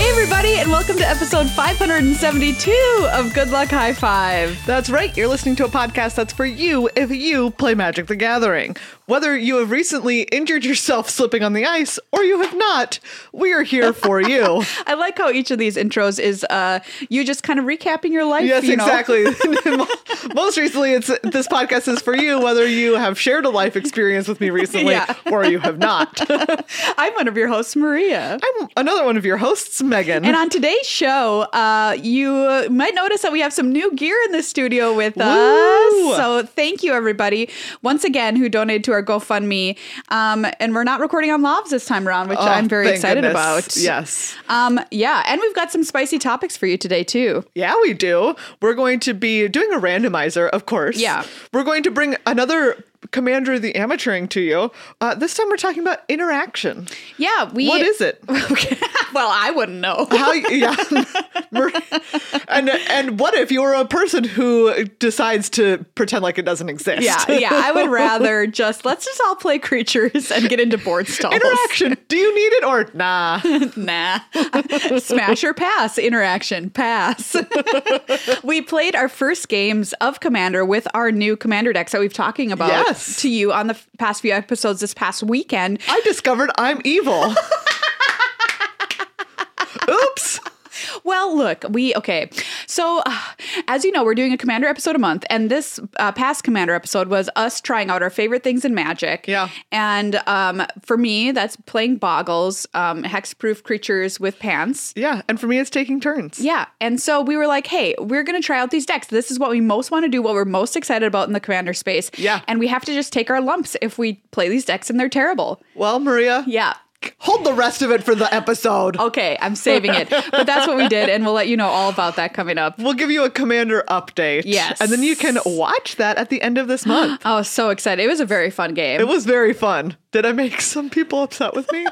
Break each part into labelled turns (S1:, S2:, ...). S1: and welcome to episode 572 of Good Luck High Five.
S2: That's right, you're listening to a podcast that's for you if you play Magic the Gathering. Whether you have recently injured yourself slipping on the ice or you have not, we are here for you.
S1: I like how each of these intros is uh, you just kind of recapping your life.
S2: Yes,
S1: you know?
S2: exactly. Most recently, it's this podcast is for you whether you have shared a life experience with me recently
S1: Yeah.
S2: or you have not.
S1: I'm one of your hosts, Maria.
S2: I'm another one of your hosts, Megan.
S1: And on today's show, uh, you uh, might notice that we have some new gear in the studio with
S2: Woo!
S1: us. So thank you, everybody, once again, who donated to our GoFundMe. Um, and we're not recording on Lobs this time around, which
S2: Oh,
S1: I'm very
S2: thank
S1: excited
S2: goodness.
S1: about.
S2: Yes.
S1: Um, yeah. And we've got some spicy topics for you today, too.
S2: Yeah, we do. We're going to be doing a randomizer, of course.
S1: Yeah.
S2: We're going to bring another Commander of the Amateuring to you. Uh, this time we're talking about interaction.
S1: Yeah. We,
S2: What is it?
S1: Okay. well, I wouldn't know.
S2: How yeah. Mer- and and what if you're a person who decides to pretend like it doesn't exist?
S1: Yeah, yeah. I would rather just let's just all play creatures and get into board stalls.
S2: Interaction. Do you need it or nah?
S1: nah. Smash or pass. Interaction. Pass. we played our first games of Commander with our new Commander decks that we've talking about
S2: Yes.
S1: to you on the f- past few episodes this past weekend.
S2: I discovered I'm evil. Oops.
S1: Well, look, we okay. So, uh, as you know, we're doing a Commander episode a month, and this uh, past Commander episode was us trying out our favorite things in Magic.
S2: Yeah.
S1: And um, for me, that's playing boggles, um, hexproof creatures with pants.
S2: Yeah, and for me it's taking turns.
S1: Yeah. And so we were like, hey, we're going to try out these decks. This is what we most want to do, what we're most excited about in the commander space.
S2: Yeah.
S1: And we have to just take our lumps if we play these decks and they're terrible.
S2: Well, Maria,
S1: Yeah. Oh.
S2: hold the rest of it for the episode.
S1: Okay. I'm saving it. but that's what we did. And we'll let you know all about that coming up.
S2: We'll give you a commander update.
S1: Yes.
S2: And then you can watch that at the end of this month.
S1: Oh, so excited. It was a very fun game.
S2: it was very fun. Did I make some people upset with me?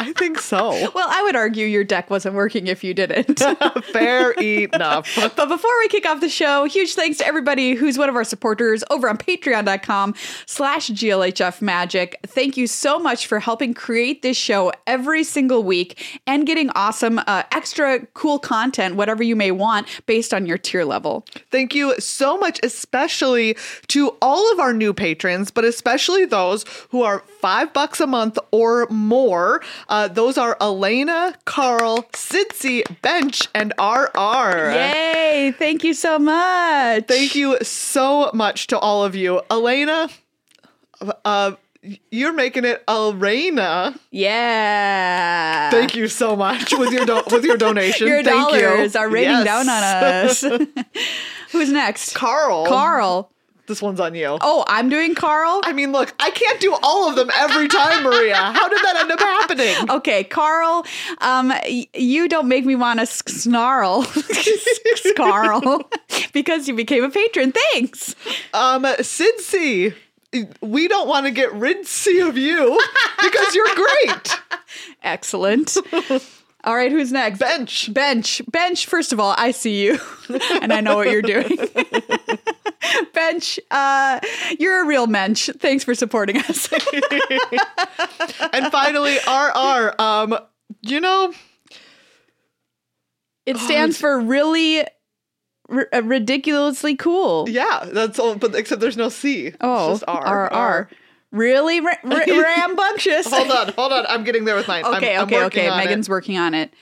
S2: I think so.
S1: well, I would argue your deck wasn't working if you didn't.
S2: Fair enough.
S1: But before we kick off the show, huge thanks to everybody who's one of our supporters over on patreon.com slash glhf magic. Thank you so much for helping create this show every single week and getting awesome uh, extra cool content, whatever you may want, based on your tier level.
S2: Thank you so much, especially to all of our new patrons, but especially those who are five bucks a month or more. Uh, those are Elena, Carl, Sitsi, Bench, and RR.
S1: Yay! Thank you so much.
S2: Thank you so much to all of you. Elena, uh, you're making it Elena.
S1: Yeah.
S2: Thank you so much with your do- with your donation.
S1: Your
S2: Thank
S1: dollars
S2: you.
S1: are raining
S2: Yes.
S1: down on us. who's next?
S2: Carl.
S1: Carl.
S2: This one's on you.
S1: Oh, I'm doing Carl.
S2: I mean, look, I can't do all of them every time, Maria. How did that end up happening?
S1: Okay, Carl, um, y- you don't make me want to s- snarl, Carl, because you became a patron. Thanks.
S2: Um, Cincy, we don't want to get rincy of you because you're great.
S1: Excellent. All right, who's next?
S2: Bench.
S1: Bench. Bench, first of all, I see you and I know what you're doing. Bench, uh, you're a real mensch. Thanks for supporting us.
S2: And finally, RR. Um, you know, Oh,
S1: It stands for really r- uh, ridiculously cool.
S2: yeah, that's all. But except there's no C. It's
S1: Oh,
S2: just R.
S1: R, R. Really ra- ra- rambunctious.
S2: Hold on, hold on. I'm getting there with mine. I'm-
S1: Okay,
S2: I'm
S1: okay,
S2: working
S1: okay.
S2: on it.
S1: Megan's working on it.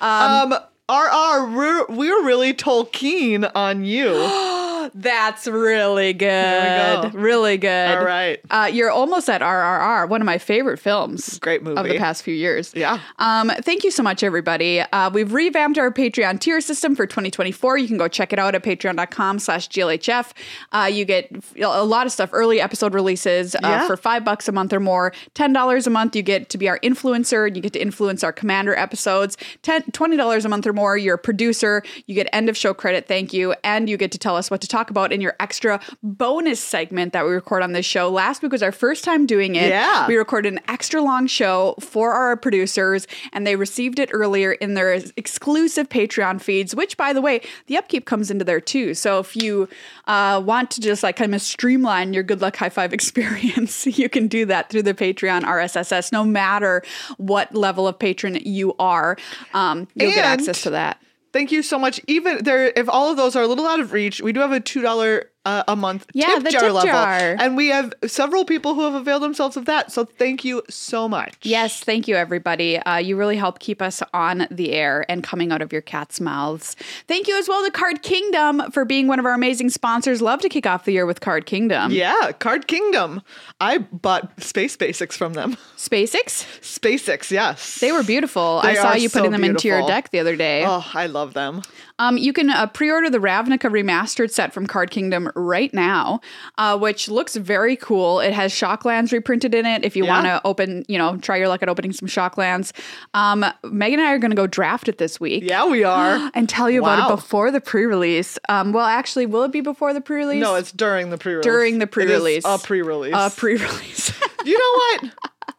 S2: Um, RR, we're, we're really Tolkien on you.
S1: That's really good.
S2: There we go.
S1: Really good.
S2: All right.
S1: Uh, you're almost at RRR, one of my favorite films.
S2: Great
S1: Of
S2: movie.
S1: the past few years.
S2: Yeah.
S1: Um, thank you so much, everybody. Uh, we've revamped our Patreon tier system for 2024. You can go check it out at patreon.com slash GLHF. Uh, you get a lot of stuff, early episode releases uh,
S2: Yeah.
S1: for five bucks a month or more. $10 a month, you get to be our influencer and you get to influence our commander episodes. Ten, $20 a month or more, you're a producer. You get end of show credit, thank you. And you get to tell us what to talk talk about in your extra bonus segment that we record on this show. Last week was our first time doing it.
S2: Yeah.
S1: We recorded an extra long show for our producers, and they received it earlier in their exclusive Patreon feeds, which, by the way, the upkeep comes into there too. So if you uh, want to just like kind of streamline your good luck high five experience, you can do that through the Patreon RSSS, no matter what level of patron you are. Um, you'll get
S2: And-
S1: access to that.
S2: Thank you so much. Even there, if all of those are a little out of reach, we do have a two dollar uh, a month
S1: Yeah,
S2: tip
S1: the
S2: jar
S1: tip
S2: level,
S1: jar.
S2: and we have several people who have availed themselves of that. So thank you so much.
S1: Yes, thank you, everybody. Uh, you really help keep us on the air and coming out of your cat's mouths. Thank you as well to Card Kingdom for being one of our amazing sponsors. Love to kick off the year with Card Kingdom.
S2: Yeah, Card Kingdom. I bought Space Basics from them.
S1: SpaceX,
S2: SpaceX, yes.
S1: they were beautiful. I
S2: They
S1: saw
S2: are
S1: you
S2: so
S1: putting them into your
S2: beautiful.
S1: deck the other day.
S2: Oh, I love them.
S1: Um, you can uh, pre-order the Ravnica remastered set from Card Kingdom right now, uh, which looks very cool. It has Shocklands reprinted in it. If you
S2: Yeah.
S1: want to open, you know, try your luck at opening some Shocklands. Um, Megan and I are going to go draft it this week.
S2: Yeah, we are.
S1: and tell you about
S2: Wow.
S1: it before the pre-release. Um, well, actually, will it be before the pre-release?
S2: no, it's during the pre-release.
S1: during the
S2: It is
S1: pre-release.
S2: A pre-release.
S1: uh, pre-release.
S2: you know what?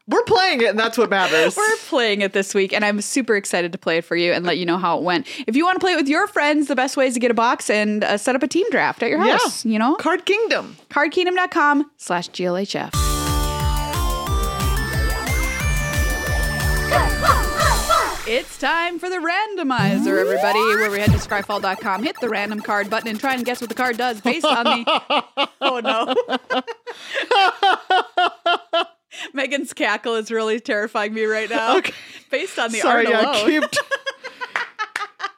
S2: We're playing it, and that's what matters.
S1: We're playing it this week, and I'm super excited to play it for you and let you know how it went. If you want to play it with your friends, the best way is to get a box and uh, set up a team draft at your
S2: Yeah.
S1: house. You know,
S2: Card Kingdom.
S1: cardkingdom.com slash glhf. It's time for the randomizer, everybody, where we head to scryfall.com, hit the random card button, and try and guess what the card does based on the. Oh no. Megan's cackle is really terrifying me right now.
S2: Okay.
S1: Based on the
S2: Sorry,
S1: art
S2: yeah,
S1: alone.
S2: keep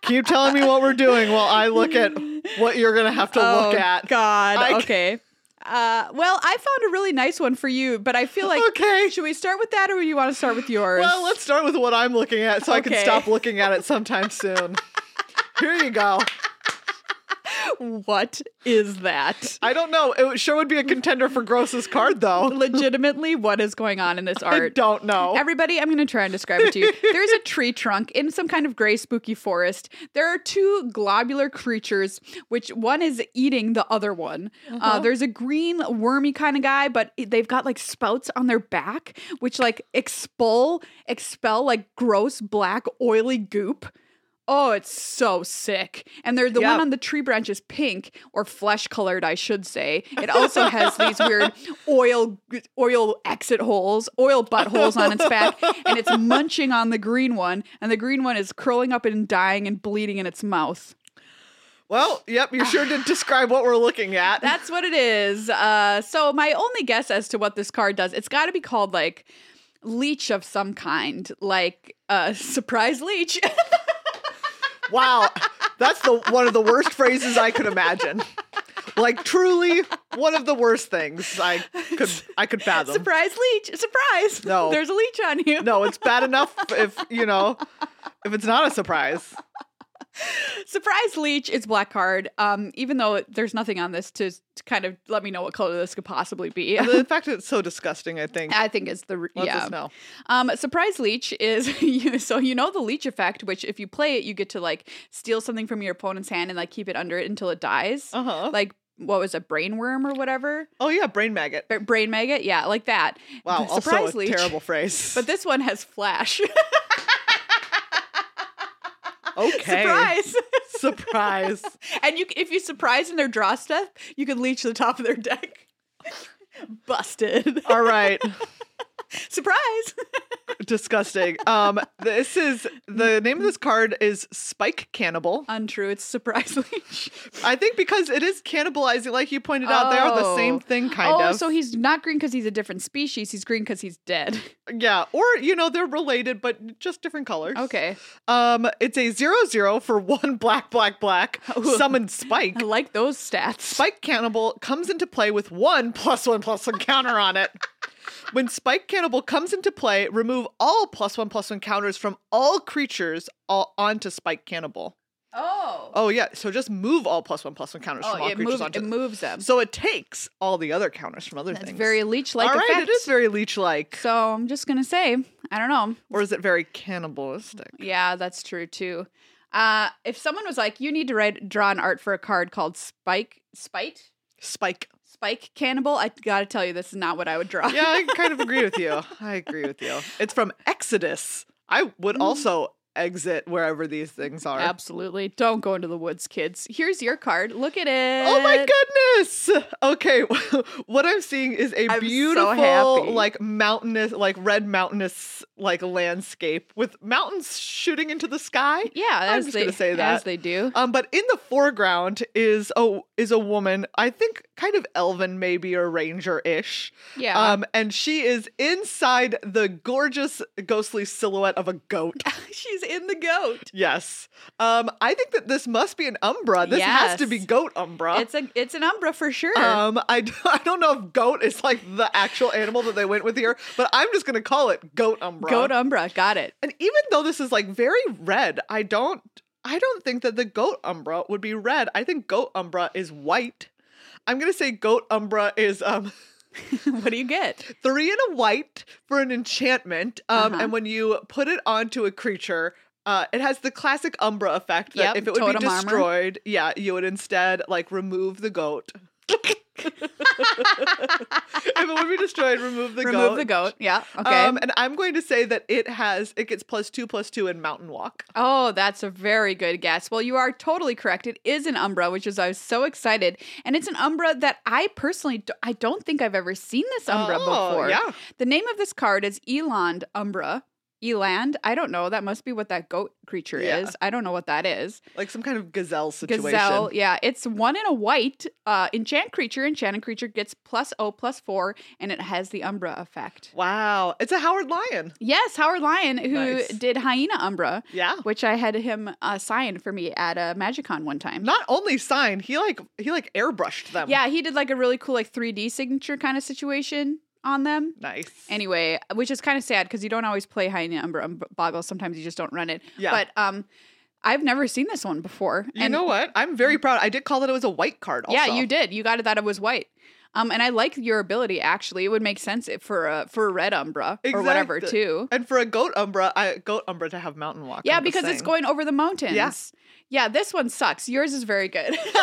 S2: keep telling me what we're doing while I look at what you're gonna have to
S1: oh,
S2: look at.
S1: God.
S2: I ca-
S1: okay. Uh, well, I found a really nice one for you, but I feel like
S2: Okay.
S1: should we start with that or do you want to start with yours?
S2: Well, Uh, let's start with what I'm looking at, so I can
S1: Okay.
S2: stop looking at it sometime soon. Here you go.
S1: what is that?
S2: I don't know. It sure would be a contender for grossest card, though.
S1: Legitimately, what is going on in this
S2: I
S1: art?
S2: don't know.
S1: Everybody, I'm going to try and describe it to you. There's a tree trunk in some kind of gray, spooky forest. There are two globular creatures, which one is eating the other one. uh there's a green, wormy kind of guy, but it- they've got like spouts on their back, which like expel, expel like gross black, oily goop. Oh, it's so sick. And they're the
S2: Yeah.
S1: one on the tree branch is pink or flesh colored, I should say. It also has these weird oil oil exit holes, oil buttholes on its back, and it's munching on the green one, and the green one is curling up and dying and bleeding in its mouth.
S2: Well, yep, you sure did describe what we're looking at.
S1: That's what it is. Uh, so my only guess as to what this card does, it's got to be called like leech of some kind, like uh, surprise leech.
S2: wow. That's the one of the worst phrases I could imagine. Like truly one of the worst things I could I could fathom.
S1: surprise leech. Surprise.
S2: No.
S1: There's a leech on you.
S2: No, it's bad enough if, you know, if it's not a surprise.
S1: Surprise leech is black card. Um, even though there's nothing on this to, to kind of let me know what color this could possibly be.
S2: The fact that it's so disgusting, I think.
S1: I think it's the r-
S2: Let
S1: Uh, yeah.
S2: us know.
S1: Um, surprise leech is you, so you know the leech effect, which if you play it, you get to like steal something from your opponent's hand and like keep it under it until it dies.
S2: Uh-huh.
S1: Like what was a brain worm or whatever,
S2: oh yeah, brain maggot.
S1: Ba- brain maggot, yeah, like that.
S2: Wow,
S1: The
S2: also a terrible phrase.
S1: But this one has flash.
S2: okay.
S1: surprise!
S2: Surprise.
S1: and you, if you surprise in their draw step, you can leech the top of their deck. Busted.
S2: All right.
S1: surprise!
S2: Disgusting. Um this is the name of this card is Spike Cannibal.
S1: Untrue. It's surprise leech.
S2: I think because it is cannibalizing, like you pointed out, they are the
S1: Oh.
S2: same thing, kind
S1: oh,
S2: of.
S1: so he's not green because he's a different species. He's green because he's dead.
S2: yeah, or you know, they're related, but just different colors.
S1: Okay.
S2: Um, it's a zero zero for one black, black, black.
S1: Ooh.
S2: Summoned Spike.
S1: I like those stats.
S2: Spike Cannibal comes into play with one plus one plus one counter on it. When Spike Cannibal comes into play, remove all plus one plus one counters from all creatures all onto Spike Cannibal.
S1: Oh.
S2: Oh yeah, so just move all plus one plus one counters from all
S1: it,
S2: creatures
S1: moves,
S2: onto.
S1: it moves them.
S2: so it takes all the other counters from other
S1: That's
S2: things.
S1: very leech like
S2: All right,
S1: effect.
S2: it is very leech-like,
S1: so I'm just going to say, I don't know.
S2: or is it very cannibalistic?
S1: Yeah, that's true too. Uh, if someone was like, you need to write draw an art for a card called Spike Spite
S2: Spike.
S1: Spike Cannibal, I gotta tell you, this is not what I would draw.
S2: Yeah, I kind of agree with you. I agree with you. It's from Exodus. I would
S1: Mm.
S2: also exit wherever these things are.
S1: Absolutely. Don't go into the woods, kids. Here's your card. Look at it.
S2: Oh my goodness! Okay, what I'm seeing is a
S1: I'm so
S2: beautiful,
S1: happy.
S2: like mountainous, like red mountainous, like landscape with mountains shooting into the sky.
S1: Yeah,
S2: I'm
S1: as
S2: just
S1: they
S2: gonna say
S1: as
S2: that.
S1: they do.
S2: Um, but in the foreground is a is a woman. I think kind of elven, maybe or ranger ish.
S1: Yeah.
S2: Um, and she is inside the gorgeous ghostly silhouette of a goat.
S1: She's in the goat.
S2: yes. Um, I think that this must be an umbra. This has to be
S1: Yes.
S2: goat umbra.
S1: It's a it's an umbra for sure.
S2: Um, I, d- I don't know if goat is like the actual animal that they went with here, but I'm just gonna call it goat umbra.
S1: goat umbra. Got it.
S2: and even though this is like very red, I don't I don't think that the goat umbra would be red. I think goat umbra is white. I'm gonna say goat umbra is um
S1: what do you get?
S2: three and a white for an enchantment. Um,
S1: Uh-huh.
S2: and when you put it onto a creature. Uh, it has the classic Umbra effect that
S1: Yep,
S2: if it would be
S1: totem armor.
S2: destroyed, yeah, you would instead like remove the goat. if it would be destroyed, remove the
S1: Remove
S2: goat.
S1: the goat. Yeah. Okay.
S2: Um, and I'm going to say that it has it gets plus two plus two in Mountain Walk.
S1: Oh, that's a very good guess. Well, you are totally correct. It is an Umbra, which is I was so excited, and it's an Umbra that I personally do, I don't think I've ever seen this Umbra
S2: Oh,
S1: before.
S2: yeah.
S1: The name of this card is Eland Umbra. Eland. I don't know. That must be what that goat creature
S2: Yeah.
S1: is. I don't know what that is.
S2: Like some kind of gazelle situation.
S1: Gazelle, yeah, it's one in a white. Uh, enchant creature, enchanted creature gets plus O plus four, and it has the Umbra effect.
S2: Wow. It's a Howard Lion.
S1: Yes, Howard Lyon, who
S2: Nice.
S1: did Hyena Umbra,
S2: Yeah.
S1: which I had him uh, sign for me at a MagicCon one time.
S2: Not only signed, he like he like airbrushed them.
S1: yeah, he did like a really cool like 3D signature kind of situation on them.
S2: Nice.
S1: Anyway, which is kind of sad because you don't always play Hyena Umbra um, Boggle. Sometimes you just don't run it.
S2: Yeah.
S1: But um, I've never seen this one before.
S2: you know what? I'm very proud. I did call that it was a white card. Also.
S1: Yeah, you did. You got it that it was white. Um, and I like your ability. Actually, it would make sense if for a for a red Umbra or whatever
S2: Exactly.
S1: too.
S2: And for a goat umbra, I goat umbra to have mountain walk.
S1: Yeah,
S2: I'm just
S1: because it's
S2: saying.
S1: going over the mountains. Yeah, this one sucks. Yours is very good.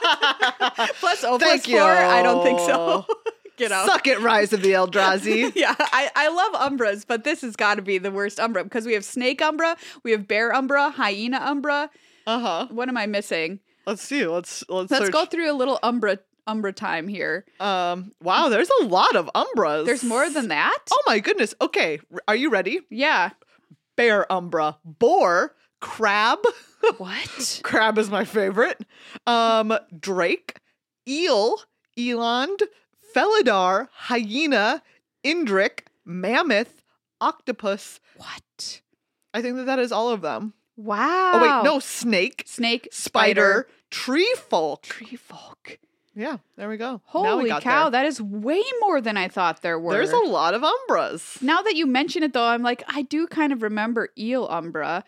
S1: Plus, oh, plus
S2: Thank
S1: four. I don't think so. Get out.
S2: Suck it, Rise of the Eldrazi.
S1: Yeah, I, I love Umbras, but this has got to be the worst Umbra because we have Snake Umbra, we have Bear Umbra, Hyena Umbra.
S2: uh huh.
S1: What am I missing?
S2: Let's see. Let's let's
S1: Let's
S2: search.
S1: go through a little Umbra Umbra time here.
S2: Um. Wow. There's a lot of umbras.
S1: There's more than that.
S2: Oh my goodness. Okay. r- Are you ready?
S1: Yeah.
S2: Bear umbra, boar, crab.
S1: What?
S2: crab is my favorite. Um. Drake, eel, eland, felidar, hyena, indric, mammoth, octopus.
S1: What?
S2: I think that that is all of them.
S1: Wow.
S2: Oh wait, no. Snake,
S1: Snake,
S2: spider, tree folk.
S1: tree folk.
S2: Yeah. There we go. Now we
S1: Holy
S2: got
S1: cow,
S2: there.
S1: that is way more than I thought there were.
S2: There's a lot of umbras.
S1: now that you mention it though, I'm like, I do kind of remember eel umbra.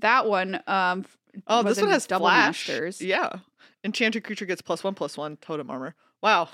S1: That one, um f-
S2: Oh,
S1: was
S2: this one
S1: in
S2: has
S1: double
S2: flash.
S1: masters.
S2: Yeah. Enchanted creature gets plus one plus one totem armor. Wow.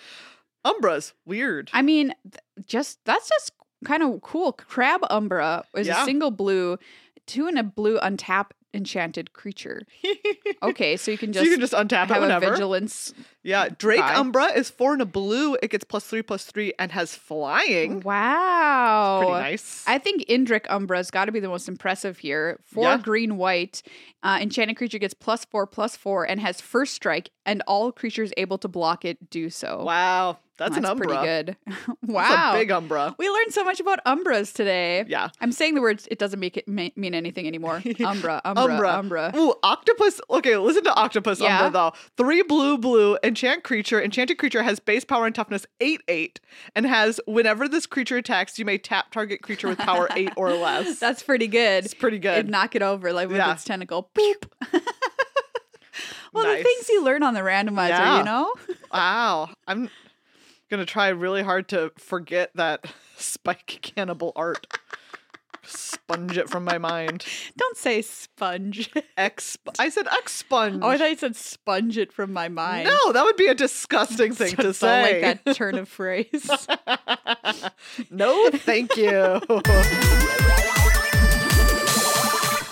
S2: Umbras. Weird.
S1: I mean, th- just that's just kind of cool. Crab umbra is a
S2: Yeah.
S1: single blue, two and a blue untap enchanted creature. Okay, so you can
S2: so
S1: just,
S2: you can just untap it
S1: have a
S2: whenever.
S1: vigilance.
S2: yeah. Drake
S1: guy.
S2: Umbra is four and a blue. It gets plus three plus three and has flying.
S1: Wow.
S2: Pretty nice.
S1: I think Indric Umbra's got to be the most impressive here. Four
S2: Yeah.
S1: green, white. Uh, enchanted creature gets plus four, plus four, and has first strike, and all creatures able to block it do so.
S2: wow. That's, an Umbra.
S1: pretty good. wow.
S2: That's a big Umbra.
S1: we learned so much about Umbras today.
S2: Yeah.
S1: I'm saying the words, it doesn't make it ma- mean anything anymore. Umbra, Umbra, Umbra.
S2: Umbra. Ooh, octopus. Okay, listen to octopus
S1: Yeah.
S2: umbra though. Three blue, blue, enchant creature. Enchanted creature has base power and toughness eight eight, and has whenever this creature attacks, you may tap target creature with power eight or less.
S1: That's pretty good.
S2: it's pretty
S1: It'd
S2: good.
S1: knock it over like with
S2: Yeah.
S1: its tentacle. Beep. well, the
S2: Nice.
S1: things you learn on the randomizer,
S2: Yeah.
S1: you know?
S2: wow, I'm gonna try really hard to forget that spike cannibal art. Sponge it from my mind.
S1: Don't say sponge.
S2: Ex. I said expunge.
S1: Oh, I thought you said sponge it from my mind.
S2: no, that would be a disgusting thing
S1: So
S2: to
S1: it's all
S2: say.
S1: like that turn of phrase.
S2: no, thank you.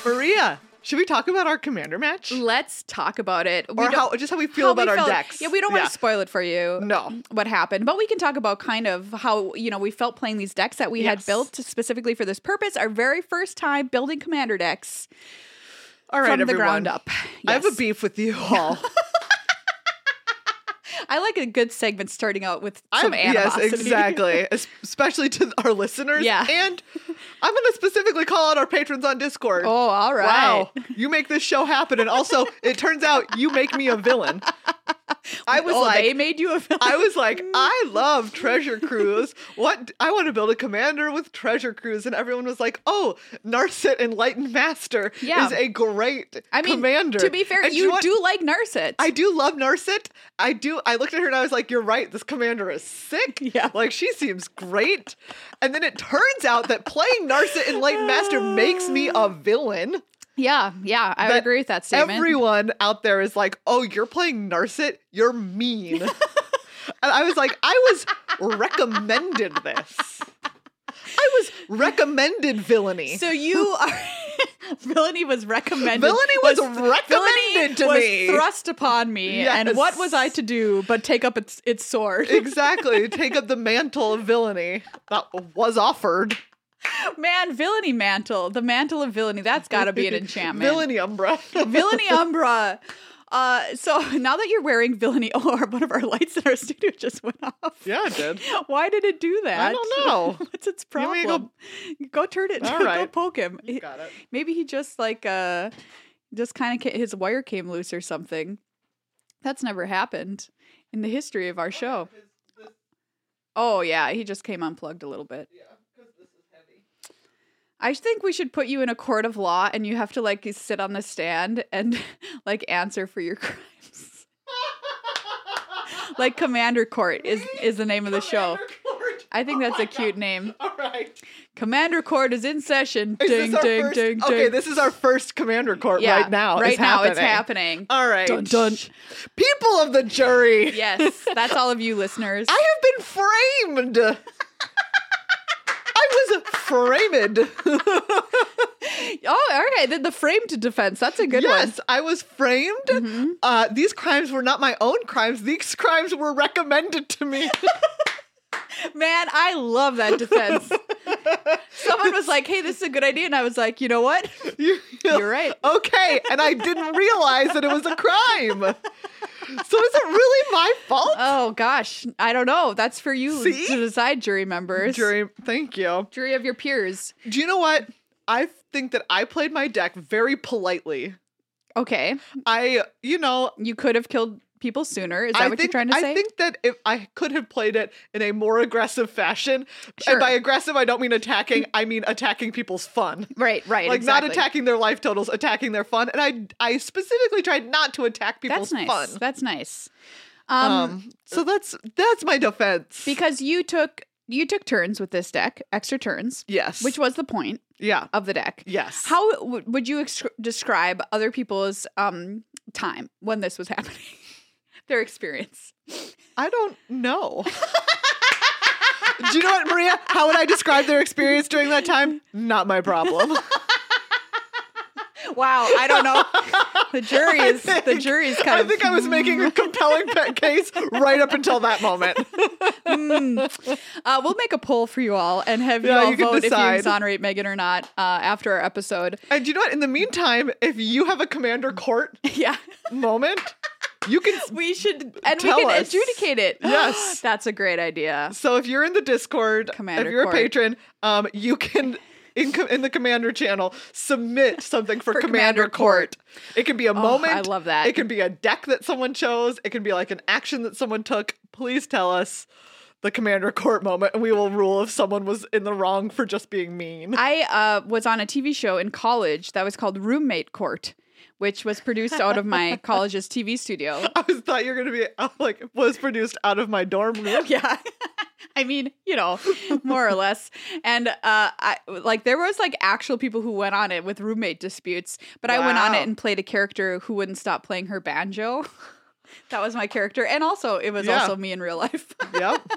S2: Maria, should we talk about our commander match?
S1: Let's talk about it. We
S2: Or
S1: don't-
S2: how just how we feel
S1: how
S2: about
S1: we
S2: our
S1: felt.
S2: decks.
S1: Yeah, we don't want to spoil it for you.
S2: No.
S1: What happened. But we can talk about kind of how, you know, we felt playing these decks that we had
S2: Yes.
S1: built specifically for this purpose. Our very first time building commander decks
S2: All right,
S1: from the
S2: everyone.
S1: ground up.
S2: I have a
S1: Yes.
S2: beef with you all.
S1: I like a good segment starting out with
S2: I
S1: some
S2: have-
S1: animosity.
S2: Yes, exactly. Es- Especially to our listeners.
S1: Yeah.
S2: And I'm going to specifically call out our patrons on Discord.
S1: oh, all right.
S2: Wow. You make this show happen. And also, it turns out you make me a villain. I was
S1: oh,
S2: like,
S1: they made you a villain.
S2: I was like, I love treasure cruise. What I want to build a commander with treasure cruise, and everyone was like, "Oh, Narset Enlightened Master
S1: Yeah.
S2: is a great
S1: I mean,
S2: commander."
S1: to be fair,
S2: And
S1: you,
S2: know what?
S1: do like Narset.
S2: I do love Narset. I do. I looked at her and I was like, "You're right. This commander is sick.
S1: Yeah.
S2: like she seems great." And then it turns out that playing Narset Enlightened Master makes me a villain.
S1: yeah, yeah, I would
S2: that
S1: agree with that statement.
S2: Everyone out there is like, "Oh, you're playing Narset. You're mean." and I was like, "I was recommended this. I was recommended villainy."
S1: So you are villainy was recommended.
S2: Villainy was
S1: villainy
S2: recommended to
S1: was
S2: me.
S1: thrust upon me, and
S2: Yes.
S1: what was I to do but take up its its sword?
S2: exactly. Take up the mantle of villainy that was offered.
S1: Man, villainy mantle, the mantle of villainy. That's got to be an enchantment.
S2: Villainy Umbra.
S1: villainy umbra. Uh, so now that you're wearing villainy orb, one of our lights in our studio just went off.
S2: yeah, it did.
S1: Why did it do that?
S2: don't know.
S1: What's its
S2: You may go-
S1: problem? Go, turn it.
S2: All
S1: go
S2: right.
S1: poke him. He-
S2: got it.
S1: Maybe he just like uh, just kind of his wire came loose or something. That's never happened in the history of our show. Oh yeah, he just came unplugged a little bit. I think we should put you in a court of law and you have to like sit on the stand and like answer for your crimes. like Commander Court is is the name of the show. I
S2: Oh
S1: think that's a cute name.
S2: All right.
S1: Commander Court is in session.
S2: Is
S1: ding
S2: this our
S1: ding
S2: first-
S1: ding ding.
S2: Okay, this is our first commander court
S1: Yeah,
S2: right now.
S1: Right
S2: It's
S1: now it's happening.
S2: happening. All right.
S1: Dun, dun.
S2: People of the jury.
S1: Yes, that's all of you listeners.
S2: I have been framed. I was framed.
S1: oh, okay. The, the framed defense. That's a good one.
S2: yes, I was framed.
S1: Mm-hmm.
S2: Uh, these crimes were not my own crimes. These crimes were recommended to me.
S1: Man, I love that defense. Someone was like, hey, this is a good idea. And I was like, you know what?
S2: You-
S1: You're right.
S2: Okay, and I didn't realize that it was a crime. So is it really my fault?
S1: Oh, gosh. I don't know. That's for you
S2: See?
S1: to decide, jury members.
S2: Jury, thank you.
S1: Jury of your peers.
S2: Do you know what? I think that I played my deck very politely.
S1: Okay.
S2: I, you know,
S1: You could have killed people sooner. Is that
S2: I
S1: what
S2: think,
S1: you're trying to
S2: I
S1: say?
S2: think that if I could have played it in a more aggressive fashion,
S1: Sure.
S2: and by aggressive I don't mean attacking, I mean attacking people's fun.
S1: right, right.
S2: Like
S1: exactly.
S2: not attacking their life totals, attacking their fun. And I I specifically tried not to attack people's
S1: That's nice.
S2: fun.
S1: That's nice. Um,
S2: um so that's that's my defense.
S1: because you took you took turns with this deck, extra turns,
S2: yes.
S1: which was the point
S2: Yeah.
S1: of the deck.
S2: Yes.
S1: How w- would you ex- describe other people's um, time when this was happening? Their experience.
S2: I don't know. Do you know what, Maria? How would I describe their experience during that time? Not my problem.
S1: Wow, I don't know. the jury
S2: I
S1: is the
S2: think-
S1: jury is kind
S2: I
S1: of.
S2: think I was making a compelling pet case right up until that moment.
S1: Mm. Uh, we'll make a poll for you all and have
S2: Yeah,
S1: you all
S2: you can
S1: vote if you
S2: decide.
S1: exonerate Megan or not uh, after our episode.
S2: And you know what? In the meantime, if you have a commander court
S1: yeah,
S2: moment, you can.
S1: we should and
S2: Tell
S1: we can
S2: us.
S1: adjudicate it.
S2: Yes.
S1: that's a great idea.
S2: So if you're in the Discord,
S1: Commander
S2: if you're
S1: court.
S2: a patron, um, you can. In, co- in the commander channel, submit something for,
S1: For Commander
S2: commander,
S1: Oh,
S2: court. It can be a moment.
S1: I love that.
S2: It can be a deck that someone chose. It can be like an action that someone took. Please tell us the commander court moment, and we will rule if someone was in the wrong for just being mean.
S1: I uh, was on a TV show in college that was called Roommate Court, which was produced out of my college's TV studio.
S2: I was thought you were gonna be uh, like was produced out of my dorm room.
S1: Yeah. I mean, you know, more or less. And uh I like there was like actual people who went on it with roommate disputes, but I went on
S2: Wow.
S1: it and played a character who wouldn't stop playing her banjo. That was my character. And also, it was
S2: Yeah.
S1: also me in real life.
S2: Yep.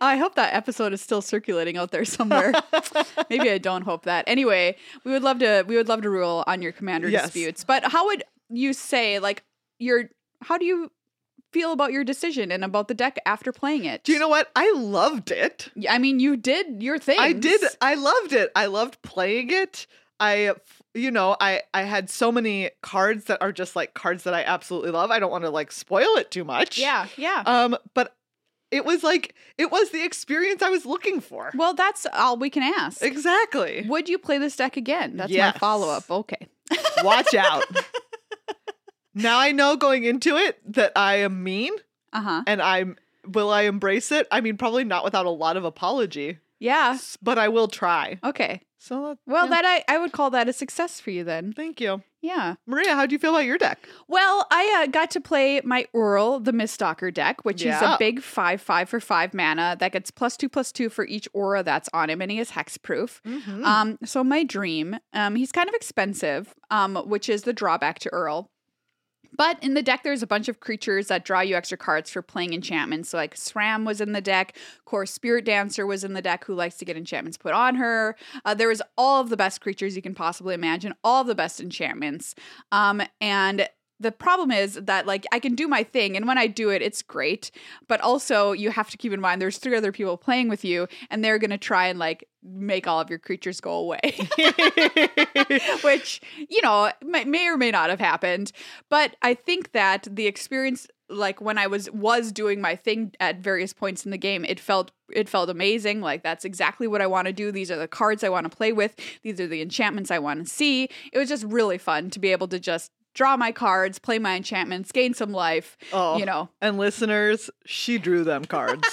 S1: I hope that episode is still circulating out there somewhere. Maybe I don't hope that. Anyway, we would love to we would love to rule on your commander
S2: Yes.
S1: disputes. But how would you say like your how do you feel about your decision and about the deck after playing it?
S2: Do you know what? I loved it.
S1: I mean, you did your thing.
S2: I did. I loved it. I loved playing it. I, you know, I I had so many cards that are just like cards that I absolutely love. I don't want to like spoil it too much.
S1: Yeah, yeah.
S2: Um, but it was like it was the experience I was looking for.
S1: well, that's all we can ask.
S2: Exactly.
S1: Would you play this deck again? That's
S2: Yes.
S1: my follow up. Okay.
S2: Watch out. now I know going into it that I am mean
S1: Uh huh.
S2: and I'm will I embrace it? I mean, probably not without a lot of apology,
S1: Yeah.
S2: s- but I will try.
S1: Okay.
S2: So that-
S1: Uh. Well,
S2: yeah,
S1: that I, I would call that a success for you then.
S2: thank you,
S1: Yeah.
S2: Maria. How do you feel about your deck?
S1: Well, I uh, got to play my Oral, the Mistalker deck, which is
S2: Yeah.
S1: a big 5 5 for 5 mana that gets plus 2 plus 2 for each aura that's on him, and he is hexproof.
S2: Mm-hmm.
S1: Um, so, my dream, um, he's kind of expensive, um, which is the drawback to Earl. But in the deck, there's a bunch of creatures that draw you extra cards for playing enchantments. So, like SRAM was in the deck, Core Spirit Dancer was in the deck, who likes to get enchantments put on her. Uh, there was all of the best creatures you can possibly imagine, all of the best enchantments. Um, and the problem is that like I can do my thing and when I do it it's great but also you have to keep in mind there's three other people playing with you and they're going to try and like make all of your creatures go away which you know may, may or may not have happened but i think that the experience like when i was was doing my thing at various points in the game it felt it felt amazing like that's exactly what i want to do these are the cards i want to play with these are the enchantments i want to see it was just really fun to be able to just draw my cards play my enchantments gain some life
S2: oh,
S1: you know
S2: And listeners, she drew them cards.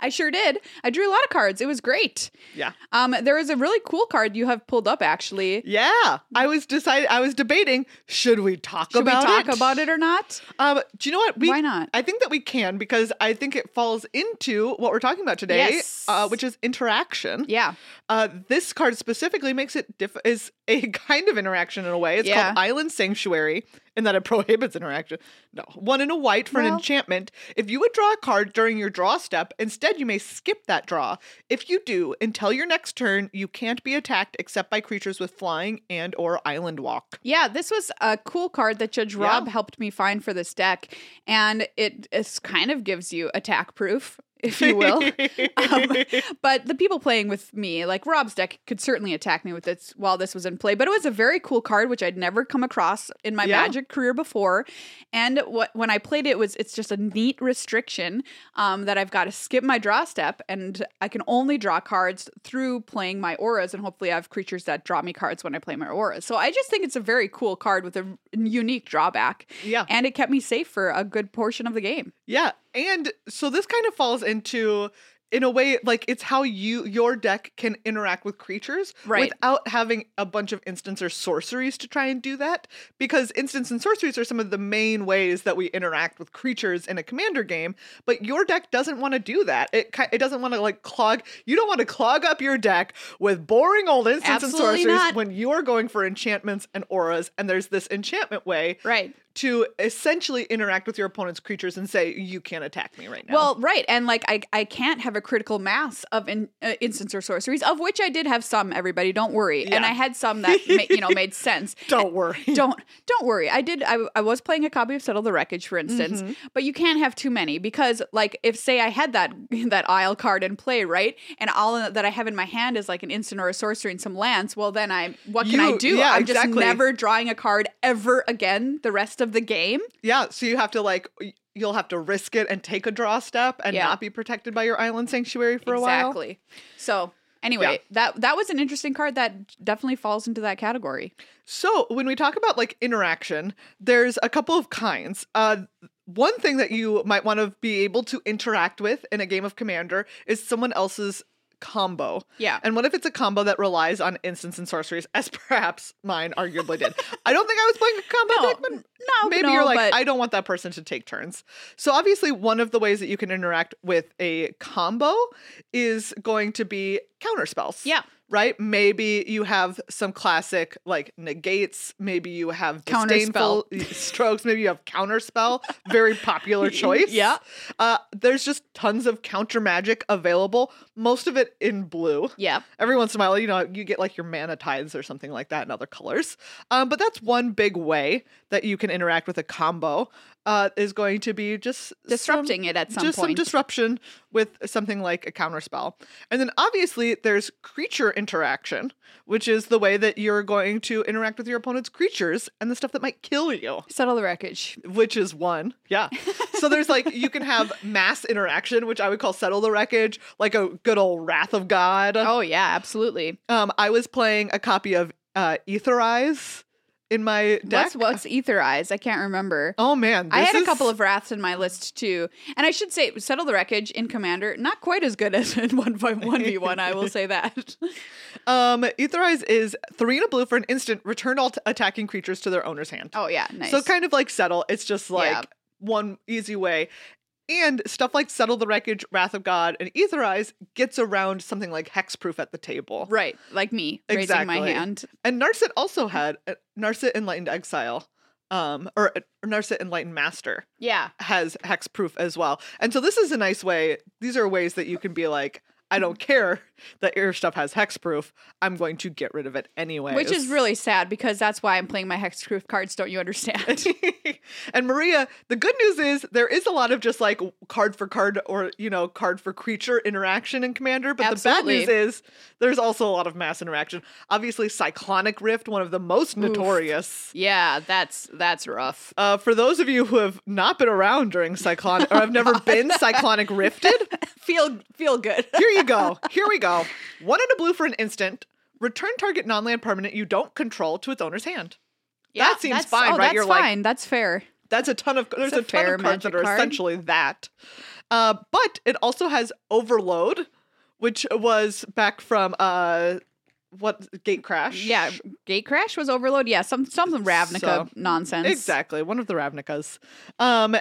S1: i sure did i drew a lot of cards it was great
S2: yeah.
S1: um there is a really cool card you have pulled up actually
S2: Yeah. I was deciding I was debating, should we talk
S1: should we
S2: about
S1: talk
S2: it?
S1: about it or not
S2: Um, do you know what? We,
S1: Why not?
S2: I think that we can because I think it falls into what we're talking about today,
S1: Yes.
S2: uh, which is interaction.
S1: yeah
S2: Uh, this card specifically makes it diff- is a kind of interaction in a way. It's
S1: Yeah.
S2: called Island Sanctuary, in that it prohibits interaction. No, one in a white for an
S1: Well-
S2: enchantment. If you would draw a card during your draw step, instead you may skip that draw. If you do, until your next turn, you can't be attacked except by creatures with flying and or island walk.
S1: Yeah, this was a cool card that Judge
S2: Yeah.
S1: Rob helped me find for this deck, and it it's kind of gives you attack proof, if you will. Um, but the people playing with me, like Rob's deck, could certainly attack me with this while this was in play. But it was a very cool card, which I'd never come across in my
S2: Yeah.
S1: Magic career before. And what when I played it, it was it's just a neat restriction um, that I've got to skip my draw step, and I can only draw cards through playing my auras, and hopefully I have creatures that draw me cards when I play my auras. So I just think it's a very cool card with a r- unique drawback,
S2: yeah.
S1: and it kept me safe for a good portion of the game.
S2: Yeah, and so this kind of falls into in a way like it's how you your deck can interact with creatures
S1: Right.
S2: without having a bunch of instants or sorceries to try and do that because instants and sorceries are some of the main ways that we interact with creatures in a commander game but your deck doesn't want to do that it ki- it doesn't want to like clog you don't want to clog up your deck with boring old instants
S1: Absolutely
S2: and sorceries
S1: not.
S2: when you're going for enchantments and auras and there's this enchantment way
S1: Right.
S2: to essentially interact with your opponent's creatures and say you can't attack me right now.
S1: Well, right, and like I, I can't have a critical mass of in, uh, instants or sorceries, of which I did have some. Everybody, don't worry, and
S2: Yeah.
S1: I had some that ma- you know made sense.
S2: don't worry.
S1: Don't don't worry. I did. I, I was playing a copy of Settle the Wreckage, for instance,
S2: Mm-hmm.
S1: but you can't have too many because, like, if say I had that that Isle card in play, right, and all that I have in my hand is like an instant or a sorcery and some lands. Well, then I what can I
S2: You-
S1: do?
S2: yeah,
S1: I'm just
S2: exactly.
S1: never drawing a card ever again the rest of the game.
S2: yeah, so you have to like y- you'll have to risk it and take a draw step and
S1: Yeah.
S2: not be protected by your island sanctuary for a while.
S1: exactly. So anyway,
S2: Yeah.
S1: that that was an interesting card that definitely falls into that category.
S2: So when we talk about like interaction, there's a couple of kinds. Uh one thing that you might want to be able to interact with in a game of commander is someone else's combo.
S1: Yeah.
S2: And what if it's a combo that relies on instants and sorceries, as perhaps mine arguably did? I don't think I was playing a combo
S1: No,
S2: deck, but
S1: no,
S2: maybe
S1: no,
S2: you're like,
S1: but-
S2: I don't want that person to take turns. So obviously, one of the ways that you can interact with a combo is going to be counter spells.
S1: Yeah,
S2: right? Maybe you have some classic like negates. Maybe you have disdainful strokes. Maybe you have counterspell. Very popular choice.
S1: Yeah.
S2: Uh, there's just tons of counter magic available. Most of it in blue.
S1: Yep.
S2: Every once in a while, you know, you get like your mana tides or something like that in other colors. Um, but that's one big way that you can interact with a combo. Uh, is going to be just some-
S1: Disrupting it at some
S2: just some
S1: point.
S2: disruption with something like a counter spell. And then obviously there's creature interaction, which is the way that you're going to interact with your opponent's creatures and the stuff that might kill you,
S1: Settle the wreckage.
S2: which is one. Yeah. so there's like you can have mass interaction, which I would call settle the wreckage, like a good old wrath of god.
S1: Oh yeah, absolutely.
S2: Um I was playing a copy of uh Etherize in my deck.
S1: What's what's Etherized? I can't remember.
S2: Oh man,
S1: I
S2: this
S1: had a
S2: is-
S1: couple of wraths in my list too, and I should say, settle the wreckage in Commander, not quite as good as in one by one v one. I will say that.
S2: Um, Etherize is three and a blue for an instant. Return all t- attacking creatures to their owner's hand.
S1: Oh yeah, nice.
S2: So kind of like settle. It's just like
S1: Yeah.
S2: one easy way. And stuff like Settle the Wreckage, Wrath of God, and Etherize gets around something like Hexproof at the table.
S1: right, like me raising my
S2: Exactly.
S1: hand.
S2: And Narset also had uh, Narset Enlightened Exile, um, or uh, Narset Enlightened Master
S1: Yeah,
S2: has Hexproof as well. And so this is a nice way. These are ways that you can be like, I don't
S1: Mm-hmm.
S2: care that your stuff has Hexproof. I'm going to get rid of it anyway.
S1: which is really sad because that's why I'm playing my hexproof cards. Don't you understand?
S2: and Maria, the good news is there is a lot of just like card for card or, you know, card for creature interaction in Commander. But the
S1: Absolutely.
S2: bad news is there's also a lot of mass interaction. Obviously, Cyclonic Rift, one of the most notorious.
S1: yeah, that's that's rough.
S2: Uh, for those of you who have not been around during Cyclonic, or have never been Cyclonic Rifted,
S1: Feel feel good.
S2: here you go. Here we go. One and a blue for an instant. Return target non land permanent you don't control to its owner's hand.
S1: Yeah,
S2: That seems
S1: that's-
S2: fine,
S1: oh,
S2: right?
S1: That's
S2: You're like-
S1: fine. that's fair.
S2: That's a ton of there's
S1: a
S2: a, ton
S1: fair
S2: of cards that
S1: magic
S2: are
S1: card.
S2: essentially that. Uh, but it also has overload, which was back from uh what gate crash.
S1: Yeah, gate crash was overload. Yeah, some some Ravnica
S2: So-
S1: nonsense.
S2: Exactly. One of the Ravnicas. Um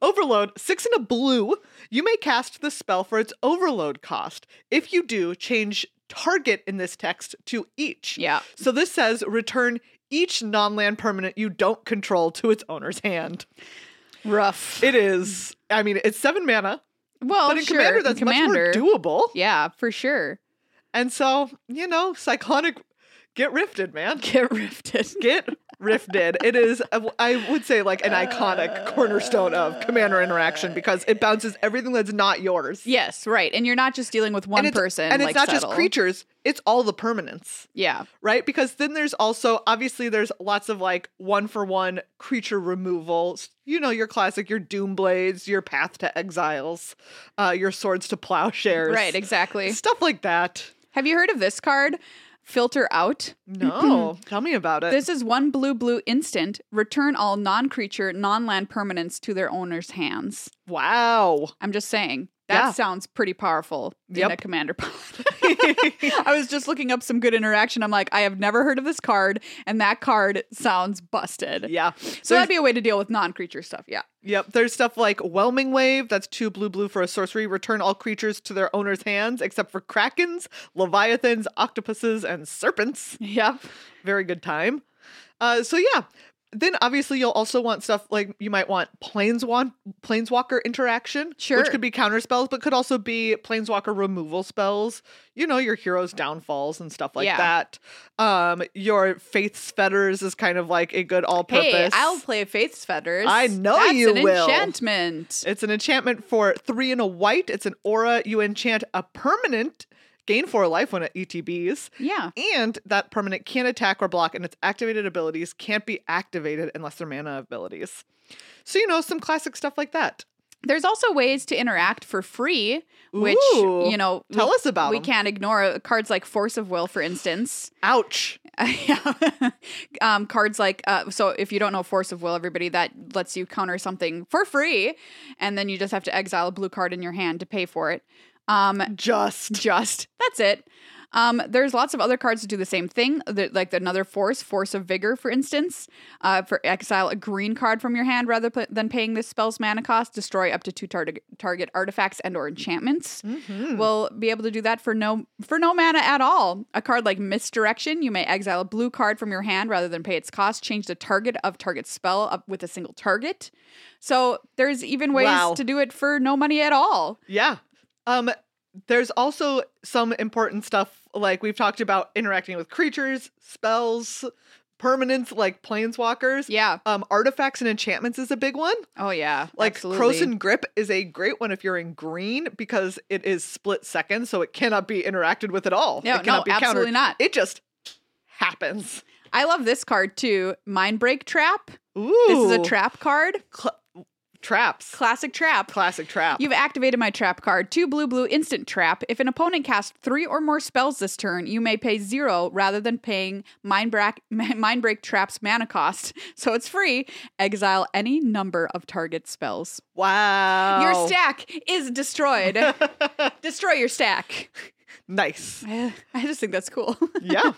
S2: Overload, six and a blue. You may cast the spell for its overload cost. If you do, change target in this text to each.
S1: Yeah.
S2: So this says return each non land permanent you don't control to its owner's hand.
S1: Rough.
S2: It is, I mean, it's seven mana,
S1: well,
S2: but in
S1: Oh, sure.
S2: Commander,
S1: in
S2: that's
S1: Commander,
S2: much more doable.
S1: Yeah, for sure.
S2: And so, you know, Cyclonic, get rifted, man.
S1: Get rifted.
S2: Get rifted. It is, I would say, like an
S1: Uh.
S2: iconic cornerstone of Commander interaction because it bounces everything that's not yours.
S1: Yes, right. And you're not just dealing with one
S2: and it's,
S1: person.
S2: And it's
S1: like,
S2: not
S1: settle.
S2: just creatures, it's all the permanents.
S1: Yeah.
S2: right? Because then there's also obviously there's lots of like one for one creature removals. You know your classic, your doom blades, your path to exiles, uh, your swords to plowshares,
S1: Right, exactly.
S2: Stuff like that.
S1: Have you heard of this card? Filter out.
S2: No, tell me about it.
S1: This is one blue blue instant. Return all non creature, non land permanents to their owner's hands.
S2: wow.
S1: I'm just saying. That
S2: Yeah.
S1: sounds pretty powerful in a
S2: Yep.
S1: commander pod. I was just looking up some good interaction. I'm like, I have never heard of this card, and that card sounds busted.
S2: Yeah.
S1: So
S2: There's-
S1: that'd be a way to deal with non creature stuff. Yeah.
S2: Yep. There's stuff like Whelming Wave, that's two blue blue for a sorcery. Return all creatures to their owner's hands except for krakens, leviathans, octopuses, and serpents.
S1: Yep.
S2: very good time. Uh, so yeah, then obviously you'll also want stuff like you might want planeswan planeswalker interaction,
S1: Sure.
S2: which could be counter spells, but could also be planeswalker removal spells. You know your heroes' downfalls and stuff like
S1: Yeah.
S2: that. Um, your faith's fetters is kind of like a good all-purpose.
S1: Hey, I'll play Faith's Fetters.
S2: I know
S1: That's
S2: you
S1: an
S2: will.
S1: enchantment.
S2: It's an enchantment for three and a white. It's an aura. You enchant a permanent, gain four life when it ETBs.
S1: Yeah.
S2: And that permanent can attack or block, and its activated abilities can't be activated unless they're mana abilities. So, you know, some classic stuff like that.
S1: There's also ways to interact for free, which,
S2: Ooh.
S1: you know,
S2: Tell
S1: we,
S2: us about
S1: we
S2: them.
S1: can't ignore uh, cards like Force of Will, for instance.
S2: Ouch.
S1: um, cards like, uh, so if you don't know Force of Will, everybody, that lets you counter something for free, and then you just have to exile a blue card in your hand to pay for it. Um,
S2: Just.
S1: just that's it. Um, there's lots of other cards that do the same thing, that- like another force, force of vigor, for instance. Uh, for exile a green card from your hand rather p- than paying this spell's mana cost. Destroy up to two target target artifacts and or enchantments. We'll be able to do that for no for no mana at all. A card like misdirection, you may exile a blue card from your hand rather than pay its cost. Change the target of target spell up with a single target. So there's even ways
S2: Wow.
S1: to do it for no money at all.
S2: Yeah. Um there's also some important stuff like we've talked about interacting with creatures, spells, permanents like planeswalkers.
S1: Yeah.
S2: Um artifacts and enchantments is a big one.
S1: Oh yeah.
S2: Like
S1: absolutely.
S2: Croson Grip is a great one if you're in green because it is split second, so it cannot be interacted with at all.
S1: No,
S2: it cannot
S1: no,
S2: be
S1: absolutely
S2: countered.
S1: not.
S2: It just happens.
S1: I love this card too. Mind break trap.
S2: Ooh.
S1: This is a trap card.
S2: Cla- traps.
S1: Classic trap.
S2: Classic trap.
S1: You've activated my trap card. Two blue blue instant trap. If an opponent casts three or more spells this turn, you may pay zero rather than paying mind break, mind break trap's mana cost. So it's free. Exile any number of target spells.
S2: wow.
S1: Your stack is destroyed. Destroy your stack.
S2: nice.
S1: I just think that's cool.
S2: Yeah.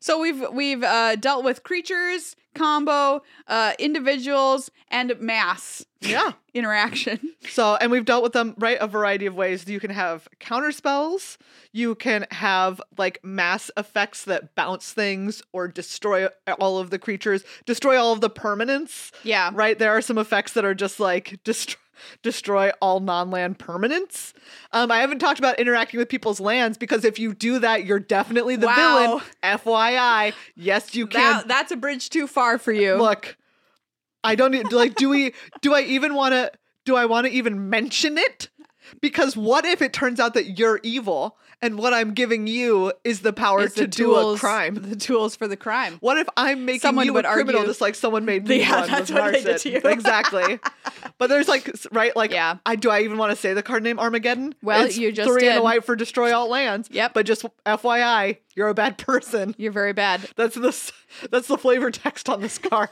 S1: So we've we've uh, dealt with creatures, combo, uh, individuals, and mass
S2: Yeah.
S1: interaction.
S2: So, and we've dealt with them, right? A variety of ways. You can have counter spells, you can have like mass effects that bounce things or destroy all of the creatures, destroy all of the permanents,
S1: Yeah.
S2: right? There are some effects that are just like destroy. Destroy all non land permanents. Um, I haven't talked about interacting with people's lands because if you do that, you're definitely the
S1: Wow.
S2: villain. FYI, yes, you can
S1: That, that's a bridge too far for you.
S2: look i don't need- like do we do i even want to do i want to even mention it because what if it turns out that you're evil and what i'm giving you is the power
S1: It's
S2: to
S1: the
S2: do a
S1: tools-
S2: crime
S1: The tools for the crime.
S2: what if i'm making
S1: Someone
S2: you
S1: would
S2: a criminal
S1: argue-
S2: just like someone made me
S1: Yeah,
S2: one
S1: that's
S2: with
S1: what they did to
S2: Narset?
S1: you.
S2: exactly but there's like s- right like
S1: Yeah.
S2: i do i even want to say the card name armageddon
S1: Well,
S2: It's
S1: you just
S2: three and
S1: did.
S2: a white for destroy all lands
S1: Yep.
S2: but just fyi you're a bad person
S1: You're very bad.
S2: that's the s- that's the flavor text on this card.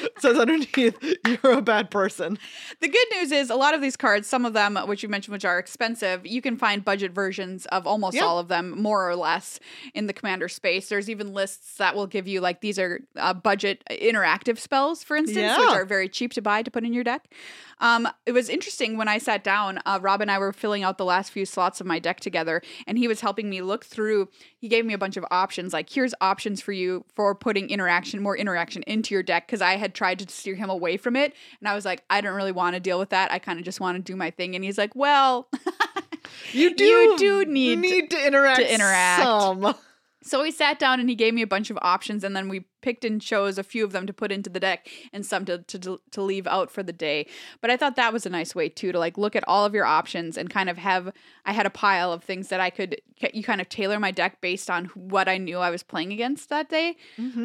S2: it says underneath, "You're a bad person."
S1: The good news is a lot of these cards, some of them, which you mentioned, which are expensive, you can find budget versions of almost
S2: Yeah.
S1: all of them, more or less, in the commander space. There's even lists that will give you like these are uh, budget interactive spells, for instance, which
S2: Yeah.
S1: are very cheap to buy to put in your deck. Um, it was interesting when I sat down. Uh, Rob and I were filling out the last few slots of my deck together, and he was helping me look through. He gave me a bunch of options, like here's options for you for putting interaction, more interaction into your deck, because I had tried to steer him away from it, and I was like, I don't really want to deal with that. I kind of just want to do my thing, and he's like, Well,
S2: You do
S1: You do need
S2: to interact
S1: to interact.
S2: some.
S1: So we sat down and he gave me a bunch of options, and then we picked and chose a few of them to put into the deck and some to, to, to leave out for the day. But I thought that was a nice way too to like look at all of your options and kind of have. I had a pile of things that I could you kind of tailor my deck based on what I knew I was playing against that day,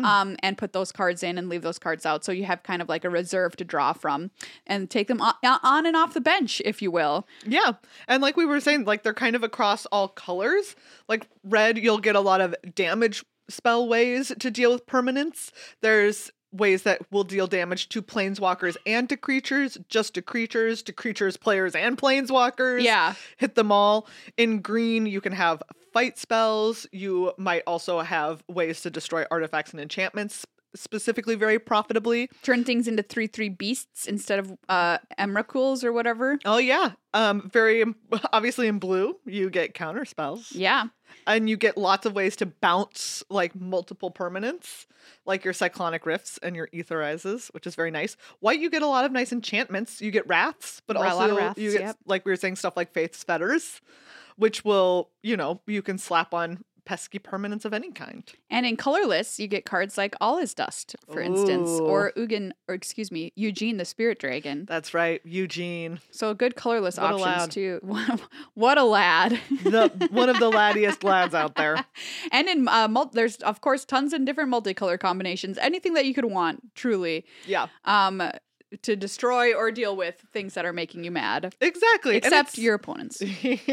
S1: um, and put those cards in and leave those cards out. So you have kind of like a reserve to draw from and take them on, on and off the bench, if you will.
S2: Yeah, and like we were saying, like they're kind of across all colors. Like red, you'll get a lot of damage spell ways to deal with permanence. There's ways that will deal damage to planeswalkers and to creatures, just to creatures, to creatures, players, and planeswalkers.
S1: Yeah.
S2: hit them all. In green, you can have fight spells. You might also have ways to destroy artifacts and enchantments, specifically very profitably.
S1: Turn things into three three beasts instead of uh, Emrakuls or whatever.
S2: Oh yeah, um, very obviously in blue, you get counter spells.
S1: Yeah.
S2: and you get lots of ways to bounce like multiple permanents like your cyclonic rifts and your etherizes which is very nice white you get a lot of nice enchantments you get wraths but
S1: A lot of
S2: also
S1: wraths,
S2: you get
S1: yep.
S2: like we were saying stuff like faith's fetters which will you know you can slap on pesky permanents of any kind
S1: And in colorless, you get cards like All Is Dust, for instance,
S2: Ooh.
S1: or Ugin, or excuse me, Eugene the Spirit Dragon.
S2: that's right eugene
S1: So good colorless
S2: What a
S1: options
S2: lad.
S1: too. what a lad!
S2: the one of the laddiest lads out there
S1: and in uh, mul- there's of course tons of different multicolor combinations. Anything that you could want, truly.
S2: yeah
S1: Um, to destroy or deal with things that are making you mad,
S2: Exactly. And
S1: except
S2: it's-
S1: your opponents.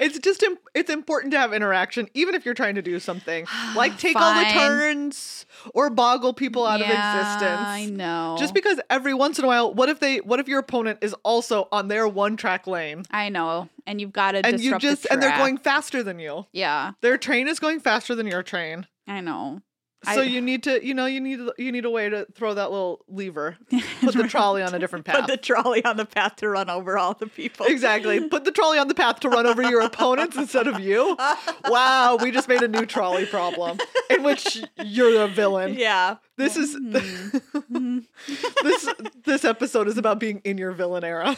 S2: it's just im- it's important to have interaction even if you're trying to do something like take all the
S1: Fine.
S2: turns or boggle people out
S1: Yeah,
S2: of
S1: I
S2: existence
S1: know.
S2: just because every once in a while what if they what if your opponent is also on their one track lane
S1: I know, and you've got to
S2: and
S1: disrupt
S2: you
S1: the
S2: just and they're
S1: track.
S2: going faster than you
S1: Yeah,
S2: their train is going faster than your train
S1: I know.
S2: so
S1: I-
S2: you need to you know you need you need a way to throw that little lever put the trolley on a different path
S1: trolley on the path to run over all the people.
S2: Exactly. Put the trolley on the path to run over your opponents instead of you. Wow, we just made a new trolley problem in which you're the villain.
S1: Yeah. Hmm.
S2: This is this this episode is about being in your villain era.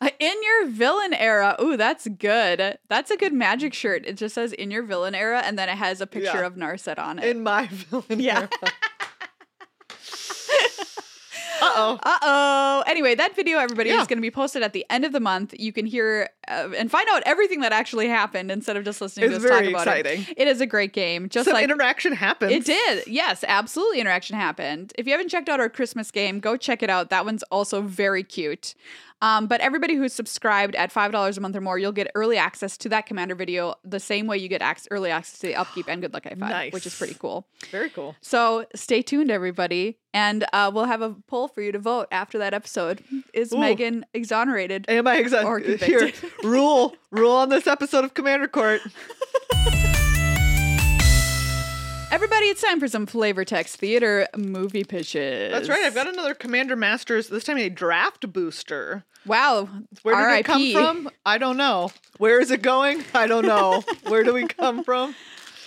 S1: Uh, In your villain era. Ooh, that's good. That's a good magic shirt. It just says in your villain era, and then it has a picture
S2: Yeah.
S1: of Narset on it.
S2: In my villain
S1: Yeah.
S2: era. Uh-oh.
S1: Uh oh. Anyway, that video, everybody,
S2: Yeah.
S1: is going to be posted at the end of the month. You can hear uh, and find out everything that actually happened instead of just listening to
S2: It's
S1: us talk
S2: very
S1: about
S2: exciting.
S1: it. It is a great game. Just
S2: Some
S1: like
S2: interaction happens.
S1: It did. Yes, absolutely. Interaction happened. If you haven't checked out our Christmas game, go check it out. That one's also very cute. Um, but everybody who's subscribed at five dollars a month or more, you'll get early access to that commander video the same way you get ac- early access to the upkeep and good luck I five,
S2: Nice.
S1: which is pretty cool.
S2: Very cool.
S1: So stay tuned, everybody, and uh, we'll have a poll for you to vote after that episode. Is
S2: Ooh.
S1: Megan exonerated?
S2: Am I exactly
S1: Or
S2: here?
S1: convicted.
S2: Rule rule on this episode of Commander Court.
S1: Everybody, it's time for some flavor text theater movie pitches.
S2: That's right. I've got another Commander Masters. This time a draft booster.
S1: wow.
S2: Where did it come
S1: RIP.
S2: from? I don't know. Where is it going? I don't know. Where do we come from?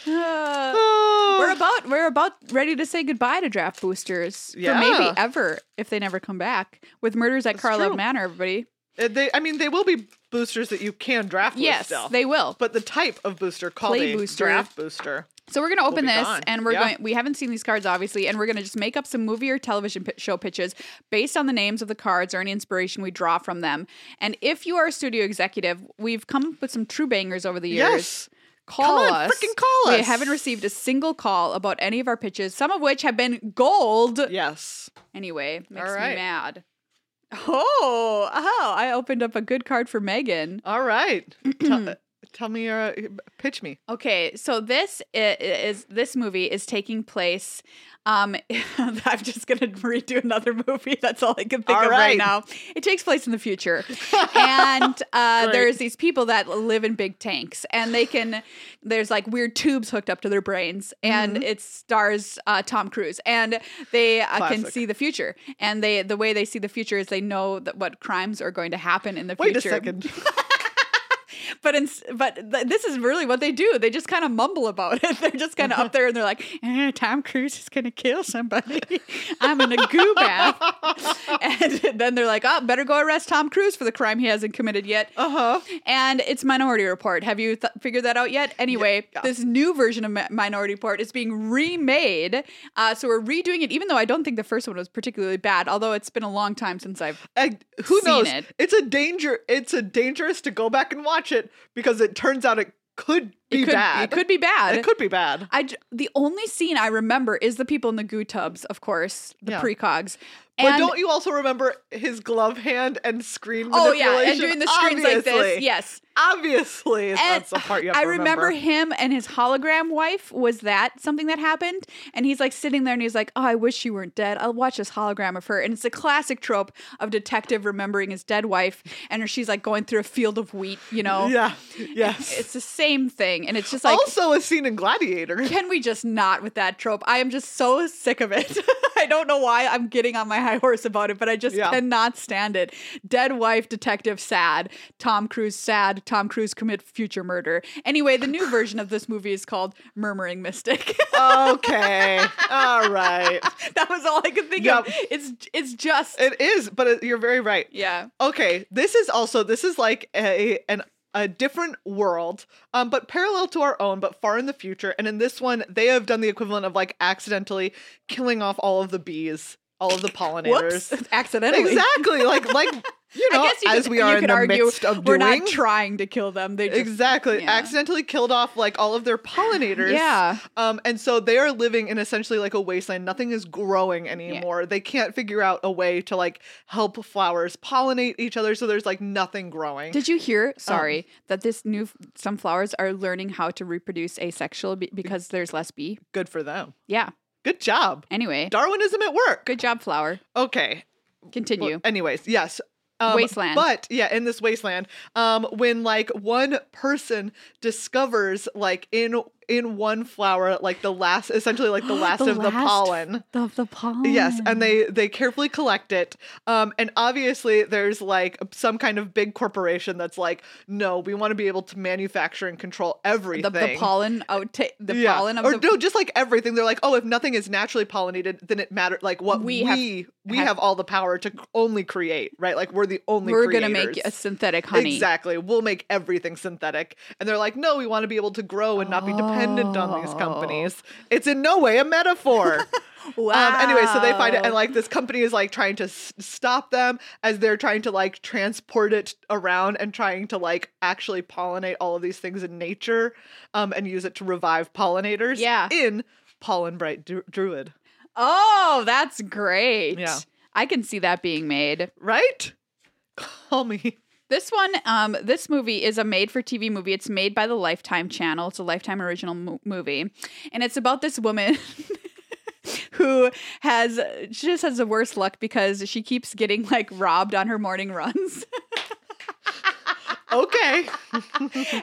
S1: Uh,
S2: Oh.
S1: We're about we're about ready to say goodbye to draft boosters
S2: Yeah.
S1: for maybe ever if they never come back with murders at Carlisle
S2: true.
S1: Manor. Everybody,
S2: Uh, they, I mean, they will be boosters that you can draft with
S1: yes,
S2: still.
S1: they will.
S2: but the type of booster called
S1: Play
S2: a
S1: booster.
S2: draft booster.
S1: so we're gonna open
S2: be
S1: this,
S2: gone.
S1: and we're
S2: Yeah.
S1: going. We haven't seen these cards obviously, and we're gonna just make up some movie or television pi- show pitches based on the names of the cards or any inspiration we draw from them. And if you are a studio executive, we've come up with some true bangers over the years.
S2: Yes.
S1: Call
S2: Come on,
S1: us.
S2: frickin' call
S1: We
S2: us.
S1: haven't received a single call about any of our pitches, some of which have been gold.
S2: Yes.
S1: Anyway, makes me
S2: right.
S1: mad. Oh, oh, I opened up a good card for Megan.
S2: All right. tell, tell me your pitch me.
S1: Okay, so this i- is this movie is taking place. Um, I'm just gonna redo another movie. That's all I can think
S2: All
S1: of
S2: right.
S1: right now. It takes place in the future, and uh,
S2: Great.
S1: there's these people that live in big tanks, and they can. There's like weird tubes hooked up to their brains, and
S2: Mm-hmm.
S1: it stars uh, Tom Cruise, and they uh, can
S2: Classic.
S1: see the future. And they the way they see the future is they know that what crimes are going to happen in the
S2: Wait
S1: future
S2: a second.
S1: but in, but th- this is really what they do. They just kind of mumble about it. They're just kind of
S2: Uh-huh.
S1: up there and they're like, eh, "Tom Cruise is gonna kill somebody. I'm in a goo bath." and then they're like, "Oh, better go arrest Tom Cruise for the crime he hasn't committed yet."
S2: Uh huh.
S1: And it's Minority Report. Have you th- figured that out yet? Anyway,
S2: yeah.
S1: this new version of Mi- Minority Report is being remade. Uh, so we're redoing it, even though I don't think the first one was particularly bad. Although it's been a long time since I've
S2: I, who
S1: Seen
S2: knows?
S1: it.
S2: It's a danger. It's a dangerous to go back and watch it because it turns out it could be
S1: it could,
S2: bad.
S1: It could be bad.
S2: It could be bad.
S1: I j- the only scene I remember is the people in the goo tubs, of course, the
S2: Yeah.
S1: precogs.
S2: But
S1: And-
S2: don't you also remember his glove hand and screen
S1: Oh
S2: manipulation?
S1: yeah, and doing the screens like this.
S2: Obviously.
S1: Yes.
S2: Obviously,
S1: And
S2: that's the part you have
S1: I
S2: to remember.
S1: remember him and his hologram wife. Was that something that happened? And he's like sitting there and he's like, Oh, I wish she weren't dead. I'll watch this hologram of her. And it's a classic trope of detective remembering his dead wife and she's like going through a field of wheat, you know?
S2: Yeah. Yes.
S1: It's the same thing. And it's just like
S2: also a scene in Gladiator.
S1: Can we just not with that trope? I am just so sick of it. I don't know why I'm getting on my high horse about it, but I just
S2: Yeah.
S1: cannot stand it. Dead wife, detective, sad. Tom Cruise, sad. Tom Cruise commit future murder. Anyway, the new version of this movie is called Murmuring Mystic.
S2: okay. All right.
S1: that was all I could think of.
S2: Yep.
S1: It's it's just
S2: It is, but it, you're very right.
S1: yeah.
S2: Okay. This is also this is like a an a different world, um, but parallel to our own, but far in the future. And in this one, they have done the equivalent of like accidentally killing off all of the bees all of the pollinators.
S1: Whoops, accidentally.
S2: Exactly. Like like you
S1: I
S2: know,
S1: guess you
S2: as
S1: could,
S2: we are
S1: you
S2: in
S1: could
S2: the
S1: argue
S2: midst of
S1: we're
S2: doing.
S1: not trying to kill them. They just
S2: Exactly.
S1: yeah.
S2: Accidentally killed off like all of their pollinators.
S1: Yeah.
S2: Um, and so they are living in essentially like a wasteland. Nothing is growing anymore. They can't figure out a way to like help flowers pollinate each other. So there's like nothing growing.
S1: Did you
S2: Um,
S1: hear? Sorry, that this new f- some flowers are learning how to reproduce asexual be- because there's less bee.
S2: Good for them.
S1: Yeah.
S2: Good job.
S1: Anyway,
S2: Darwinism at work.
S1: good job, flower.
S2: Okay. Well,
S1: Continue.
S2: anyways, yes. Um,
S1: Wasteland.
S2: But yeah, in this wasteland, um, when like one person discovers like in in one flower, like the last, essentially like the last of the
S1: last
S2: pollen.
S1: of the pollen.
S2: Yes, and they
S1: Mm.
S2: they carefully collect it. Um, and obviously, there's like some kind of big corporation that's like, no, we want to be able to manufacture and control
S1: the,
S2: everything.
S1: the pollen out ta- the
S2: Yeah.
S1: pollen of
S2: or
S1: the
S2: no, just like everything. They're like, oh, if nothing is naturally pollinated, then it matter. Like what
S1: We
S2: we
S1: have-
S2: we have,
S1: have-
S2: all the power to c- only create, right? Like we're the only.
S1: we're
S2: creators.
S1: gonna make a synthetic honey.
S2: Exactly. We'll make everything synthetic. And they're like, no, we want to be able to grow and not be dependent on these
S1: Oh.
S2: companies. It's in no way a metaphor.
S1: Wow.
S2: Um, anyway, so they find it, and like this company is like trying to s- stop them as they're trying to like transport it around and trying to like actually pollinate all of these things in nature, um, and use it to revive pollinators.
S1: Yeah.
S2: in Pollen Bright Dru- Druid,
S1: oh, that's great.
S2: Yeah.
S1: I can see that being made.
S2: right? Call me.
S1: This one, um, this movie is a made for TV movie. It's made by the Lifetime Channel. It's a Lifetime original mo- movie. And it's about this woman who has, she just has the worst luck because she keeps getting like robbed on her morning runs.
S2: Okay.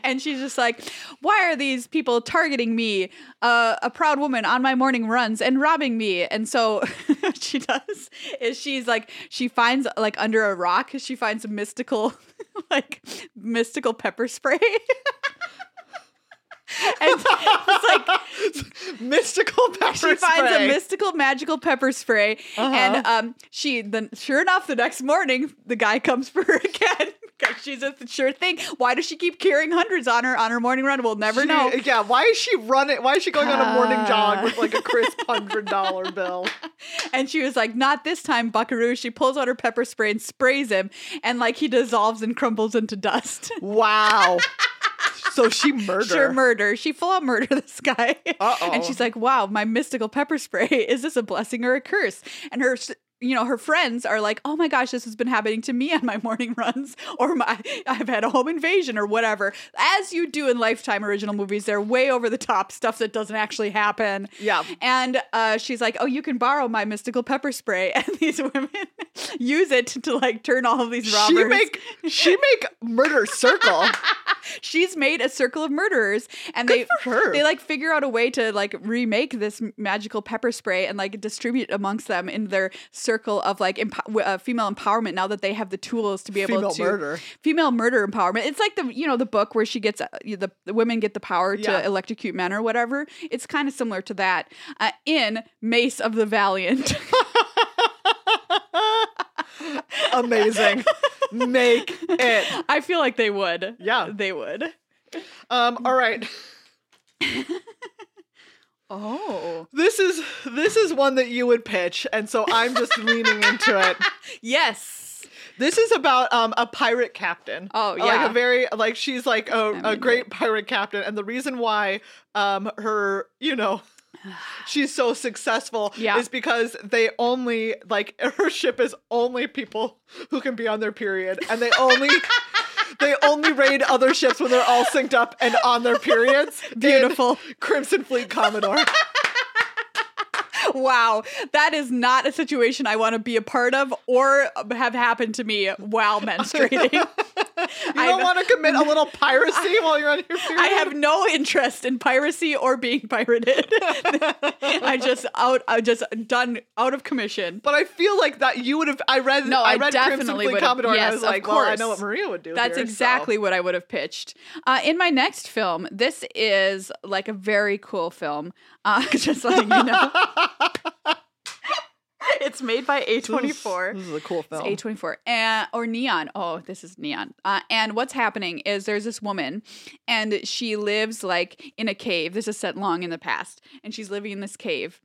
S1: and she's just like, why are these people targeting me, uh, a proud woman, on my morning runs and robbing me? And so what she does is she's like, she finds like under a rock, she finds mystical, like mystical pepper spray. and it's like
S2: Mystical pepper
S1: she finds
S2: spray. Uh-huh.
S1: a mystical magical pepper spray and um she then sure enough the next morning the guy comes for her again because she's a sure thing why does she keep carrying hundreds on her on her morning run we'll never
S2: She-
S1: know
S2: Yeah, why is she running? Why is she going on a
S1: Uh.
S2: morning jog with like a crisp hundred dollar bill?
S1: and she was like not this time buckaroo she pulls out her pepper spray and sprays him and like he dissolves and crumbles into dust
S2: Wow. so she murdered.
S1: Sure, murder. She full on murder this guy.
S2: Uh-oh.
S1: And she's like, "Wow, my mystical pepper spray. Is this a blessing or a curse?" And her, you know, her friends are like, "Oh my gosh, this has been happening to me on my morning runs, or my I've had a home invasion, or whatever." As you do in Lifetime original movies, they're way over the top stuff that doesn't actually happen.
S2: Yeah.
S1: And uh, she's like, "Oh, you can borrow my mystical pepper spray," and these women use it to like turn all of these robbers.
S2: She make she make murder circle.
S1: she's made a circle of murderers and they
S2: for her.
S1: they like figure out a way to like remake this m- magical pepper spray and like distribute amongst them in their circle of like empo- w- uh, female empowerment now that they have the tools to be able
S2: Female
S1: to
S2: murder.
S1: female murder empowerment it's like the you know the book where she gets uh, the, the women get the power
S2: Yeah.
S1: to electrocute men or whatever it's kind of similar to that uh, in Mace of the Valiant
S2: Amazing. Make it.
S1: I feel like they would
S2: Yeah.
S1: they would
S2: Um, all right.
S1: oh
S2: This is this is one that you would pitch, and so I'm just leaning into it.
S1: yes
S2: This is about um, a pirate captain.
S1: Oh, yeah.
S2: like a very like she's like a,
S1: I'm
S2: a
S1: into
S2: great pirate captain, and the reason why um her you know. She's so successful
S1: Yeah.
S2: is because they only like her ship is only people who can be on their period, and they only they only raid other ships when they're all synced up and on their periods. in
S1: Beautiful.
S2: Crimson Fleet Commodore.
S1: Wow, that is not a situation I want to be a part of or have happened to me while menstruating.
S2: You
S1: I've-
S2: don't want to commit a little piracy while you're on your period.
S1: I have no interest in piracy or being pirated. I just out, I just done out of commission.
S2: But I feel like that you would have. I read.
S1: No, I
S2: read Crimson
S1: definitely
S2: Fleet
S1: would've-
S2: Commodore, and
S1: yes,
S2: I was
S1: of
S2: like, well, I know
S1: course.
S2: what Maria would do.
S1: That's
S2: here, so.
S1: exactly what I would have pitched. Uh, in my next film, this is like a very cool film. Uh, just letting you know, it's made by A24.
S2: This is, this is a cool film.
S1: It's A24 and, or Neon. Oh, this is Neon. Uh, and what's happening is there's this woman and she lives like in a cave. This is set long in the past. And she's living in this cave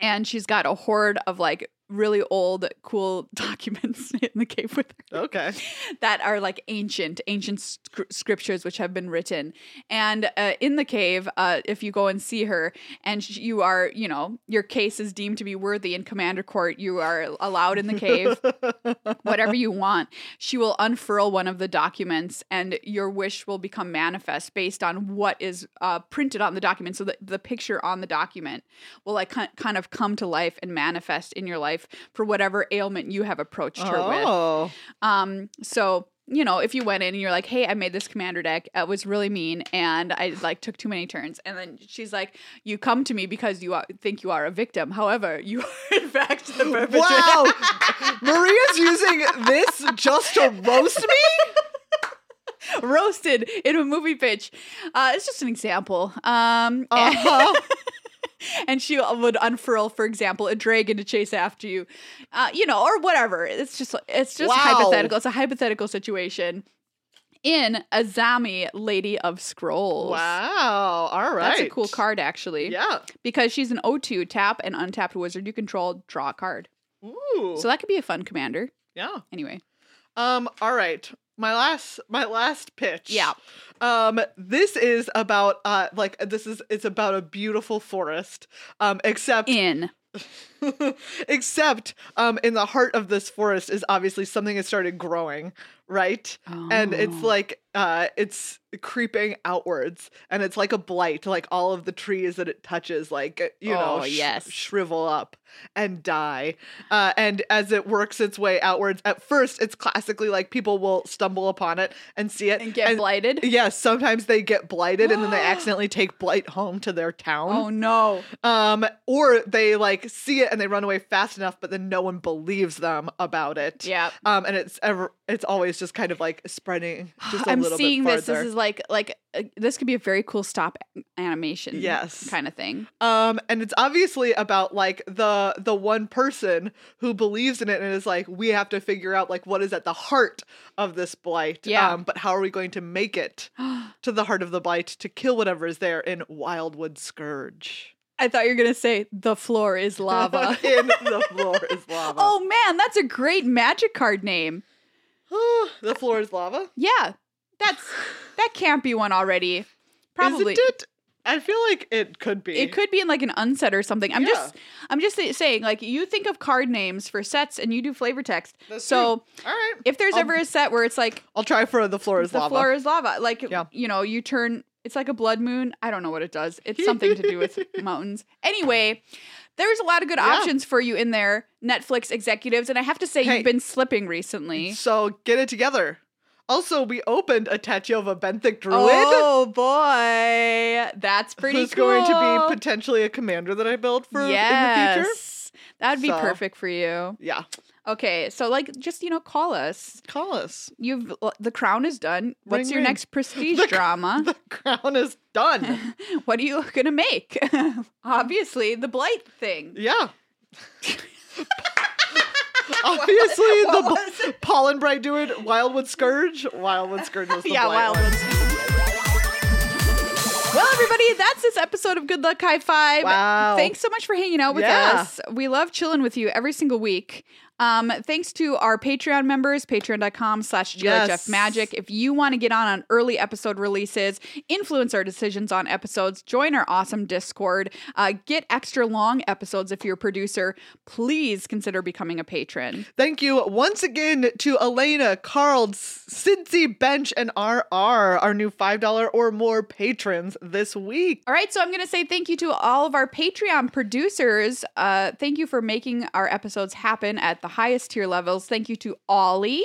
S1: and she's got a horde of like really old, cool documents in the cave with her
S2: Okay.
S1: that are like ancient, ancient scr- scriptures which have been written. And uh, in the cave, uh, if you go and see her, and sh- you are, you know, your case is deemed to be worthy in Commander Court, you are allowed in the cave, whatever you want. She will unfurl one of the documents, and your wish will become manifest based on what is uh, printed on the document. So the, the picture on the document will like ki- kind of come to life and manifest in your life for whatever ailment you have approached her with.
S2: Oh.
S1: Um, so you know, if you went in and you're like, "Hey, I made this commander deck. It was really mean, and I like took too many turns," and then she's like, "You come to me because you are, think you are a victim. However, you are in fact the perpetrator."
S2: Wow. Maria's using this just to roast me?
S1: Roasted in a movie pitch. Uh, it's just an example. Um, and-
S2: Uh-huh.
S1: and she would unfurl, for example, a dragon to chase after you, uh, you know, or whatever. It's just it's just
S2: Wow.
S1: hypothetical. It's a hypothetical situation in a Zami Lady of Scrolls.
S2: Wow. All right.
S1: That's a cool card, actually.
S2: Yeah.
S1: Because she's an O2 tap and untapped wizard you control, draw a card.
S2: Ooh.
S1: So that could be a fun commander.
S2: yeah.
S1: Anyway,
S2: Um, all right. My last my last pitch.
S1: Yeah.
S2: Um, this is about uh like this is it's about a beautiful forest. Um, except
S1: in.
S2: except um in the heart of this forest is obviously something has started growing, right? And it's
S1: Oh.
S2: like uh it's creeping outwards and it's like a blight, like all of the trees that it touches like you know
S1: Oh, yes.
S2: shrivel up and die. Uh and as it works its way outwards, at first it's classically like people will stumble upon it and see it
S1: And get blighted.
S2: Yes, sometimes they get blighted and then they accidentally take blight home to their town.
S1: Oh, no.
S2: Um, or they like see it and they run away fast enough, but then no one believes them about it.
S1: Yeah.
S2: Um, and it's ever it's always just kind of like spreading just a
S1: I'm
S2: little
S1: seeing
S2: bit
S1: this. This
S2: farther.
S1: is like, like, uh, this could be a very cool stop animation.
S2: Yes.
S1: Kind of thing.
S2: um, and it's obviously about like the the one person who believes in it and is like, we have to figure out like what is at the heart of this blight.
S1: Yeah.
S2: Um, but how are we going to make it to the heart of the blight to kill whatever is there in Wildwood Scourge?
S1: I thought you were going to say the floor is lava.
S2: in the floor is lava.
S1: oh, man. That's a great magic card name. Oh.
S2: the floor is lava.
S1: Yeah. That's, that can't be one already. Probably.
S2: Isn't it? I feel like it could be.
S1: It could be in like an unset or something. I'm just
S2: Yeah.
S1: I'm just sa- saying like you think of card names for sets and you do flavor text.
S2: That's
S1: so
S2: All right.
S1: if there's
S2: I'll-
S1: ever a set where it's like
S2: I'll try for the floor is
S1: the
S2: lava.
S1: floor is lava, like
S2: Yeah.
S1: you know, you turn it's like a blood moon. I don't know what it does. It's something to do with mountains. Anyway, there's a lot of good
S2: Yeah.
S1: options for you in there, Netflix executives, and I have to say
S2: Hey.
S1: you've been slipping recently.
S2: so get it together. Also, we opened a Tatiova Benthic Druid.
S1: Oh boy, that's pretty
S2: who's
S1: cool.
S2: going to be potentially a commander that I build for in the future.
S1: yes, that'd be
S2: So.
S1: perfect for you.
S2: Yeah.
S1: Okay, so like just you know, call us.
S2: Call us.
S1: You've the crown is done. What's
S2: Ring,
S1: your
S2: ring.
S1: next prestige
S2: The cr-
S1: drama?
S2: The crown is done.
S1: what are you gonna make? Obviously, the blight thing.
S2: yeah. Obviously,
S1: What
S2: the
S1: was
S2: b- pollen bright druid, Wildwood Scourge. Wildwood Scourge was the
S1: Yeah,
S2: blight
S1: wild
S2: one.
S1: ones. Well, everybody, that's this episode of Good Luck High Five.
S2: Wow.
S1: Thanks so much for hanging out with
S2: Yeah.
S1: us. We love chilling with you every single week. Um, thanks to our Patreon members, patreon.com slash
S2: Yes.
S1: Magic. If you want to get on on early episode releases, influence our decisions on episodes, join our awesome Discord, uh, get extra long episodes if you're a producer, please consider becoming a patron.
S2: Thank you once again to Elena, Carl, S- Cincy, Bench, and RR, our new $5 or more patrons this week.
S1: All right, so I'm going to say thank you to all of our Patreon producers. Uh, thank you for making our episodes happen at the highest tier levels. Thank you to Ollie.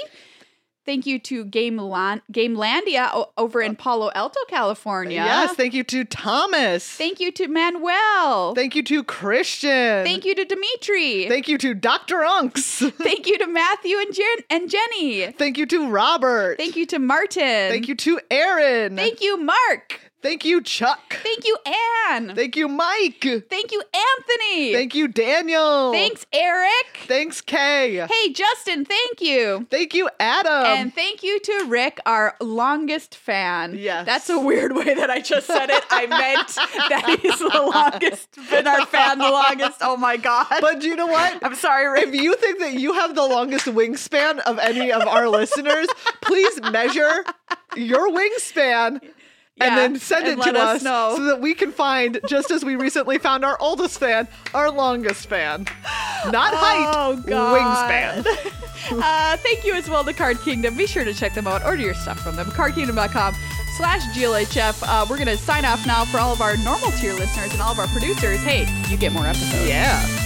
S1: Thank you to Game Lan- Gamelandia o- over in Palo Alto, California.
S2: Yes, thank you to Thomas.
S1: Thank you to Manuel.
S2: Thank you to Christian.
S1: Thank you to Dimitri.
S2: Thank you to Dr. Unks.
S1: Thank you to Matthew and, Jen- and Jenny.
S2: thank you to Robert.
S1: Thank you to Martin.
S2: Thank you to Aaron.
S1: Thank you, Mark.
S2: Thank you, Chuck.
S1: Thank you, Anne.
S2: Thank you, Mike.
S1: Thank you, Anthony.
S2: Thank you, Daniel.
S1: Thanks, Eric.
S2: Thanks, Kay.
S1: Hey, Justin, thank you.
S2: Thank you, Adam.
S1: and thank you to Rick, our longest fan.
S2: Yes.
S1: That's a weird way that I just said it. I meant that he's the longest, been our fan the longest. Oh my God.
S2: but you know what?
S1: I'm sorry, Rick.
S2: If you think that you have the longest wingspan of any of our listeners, please measure your wingspan
S1: Yeah,
S2: and then send
S1: and
S2: it
S1: let
S2: to
S1: us
S2: us,
S1: know.
S2: so that we can find, just as we recently found our oldest fan, our longest fan. Not height,
S1: Oh, God.
S2: wingspan.
S1: uh, thank you as well to Card Kingdom. Be sure to check them out. Order your stuff from them. CardKingdom.com slash GLHF. Uh, we're going to sign off now for all of our normal tier listeners and all of our producers. Hey, you get more episodes.
S2: Yeah.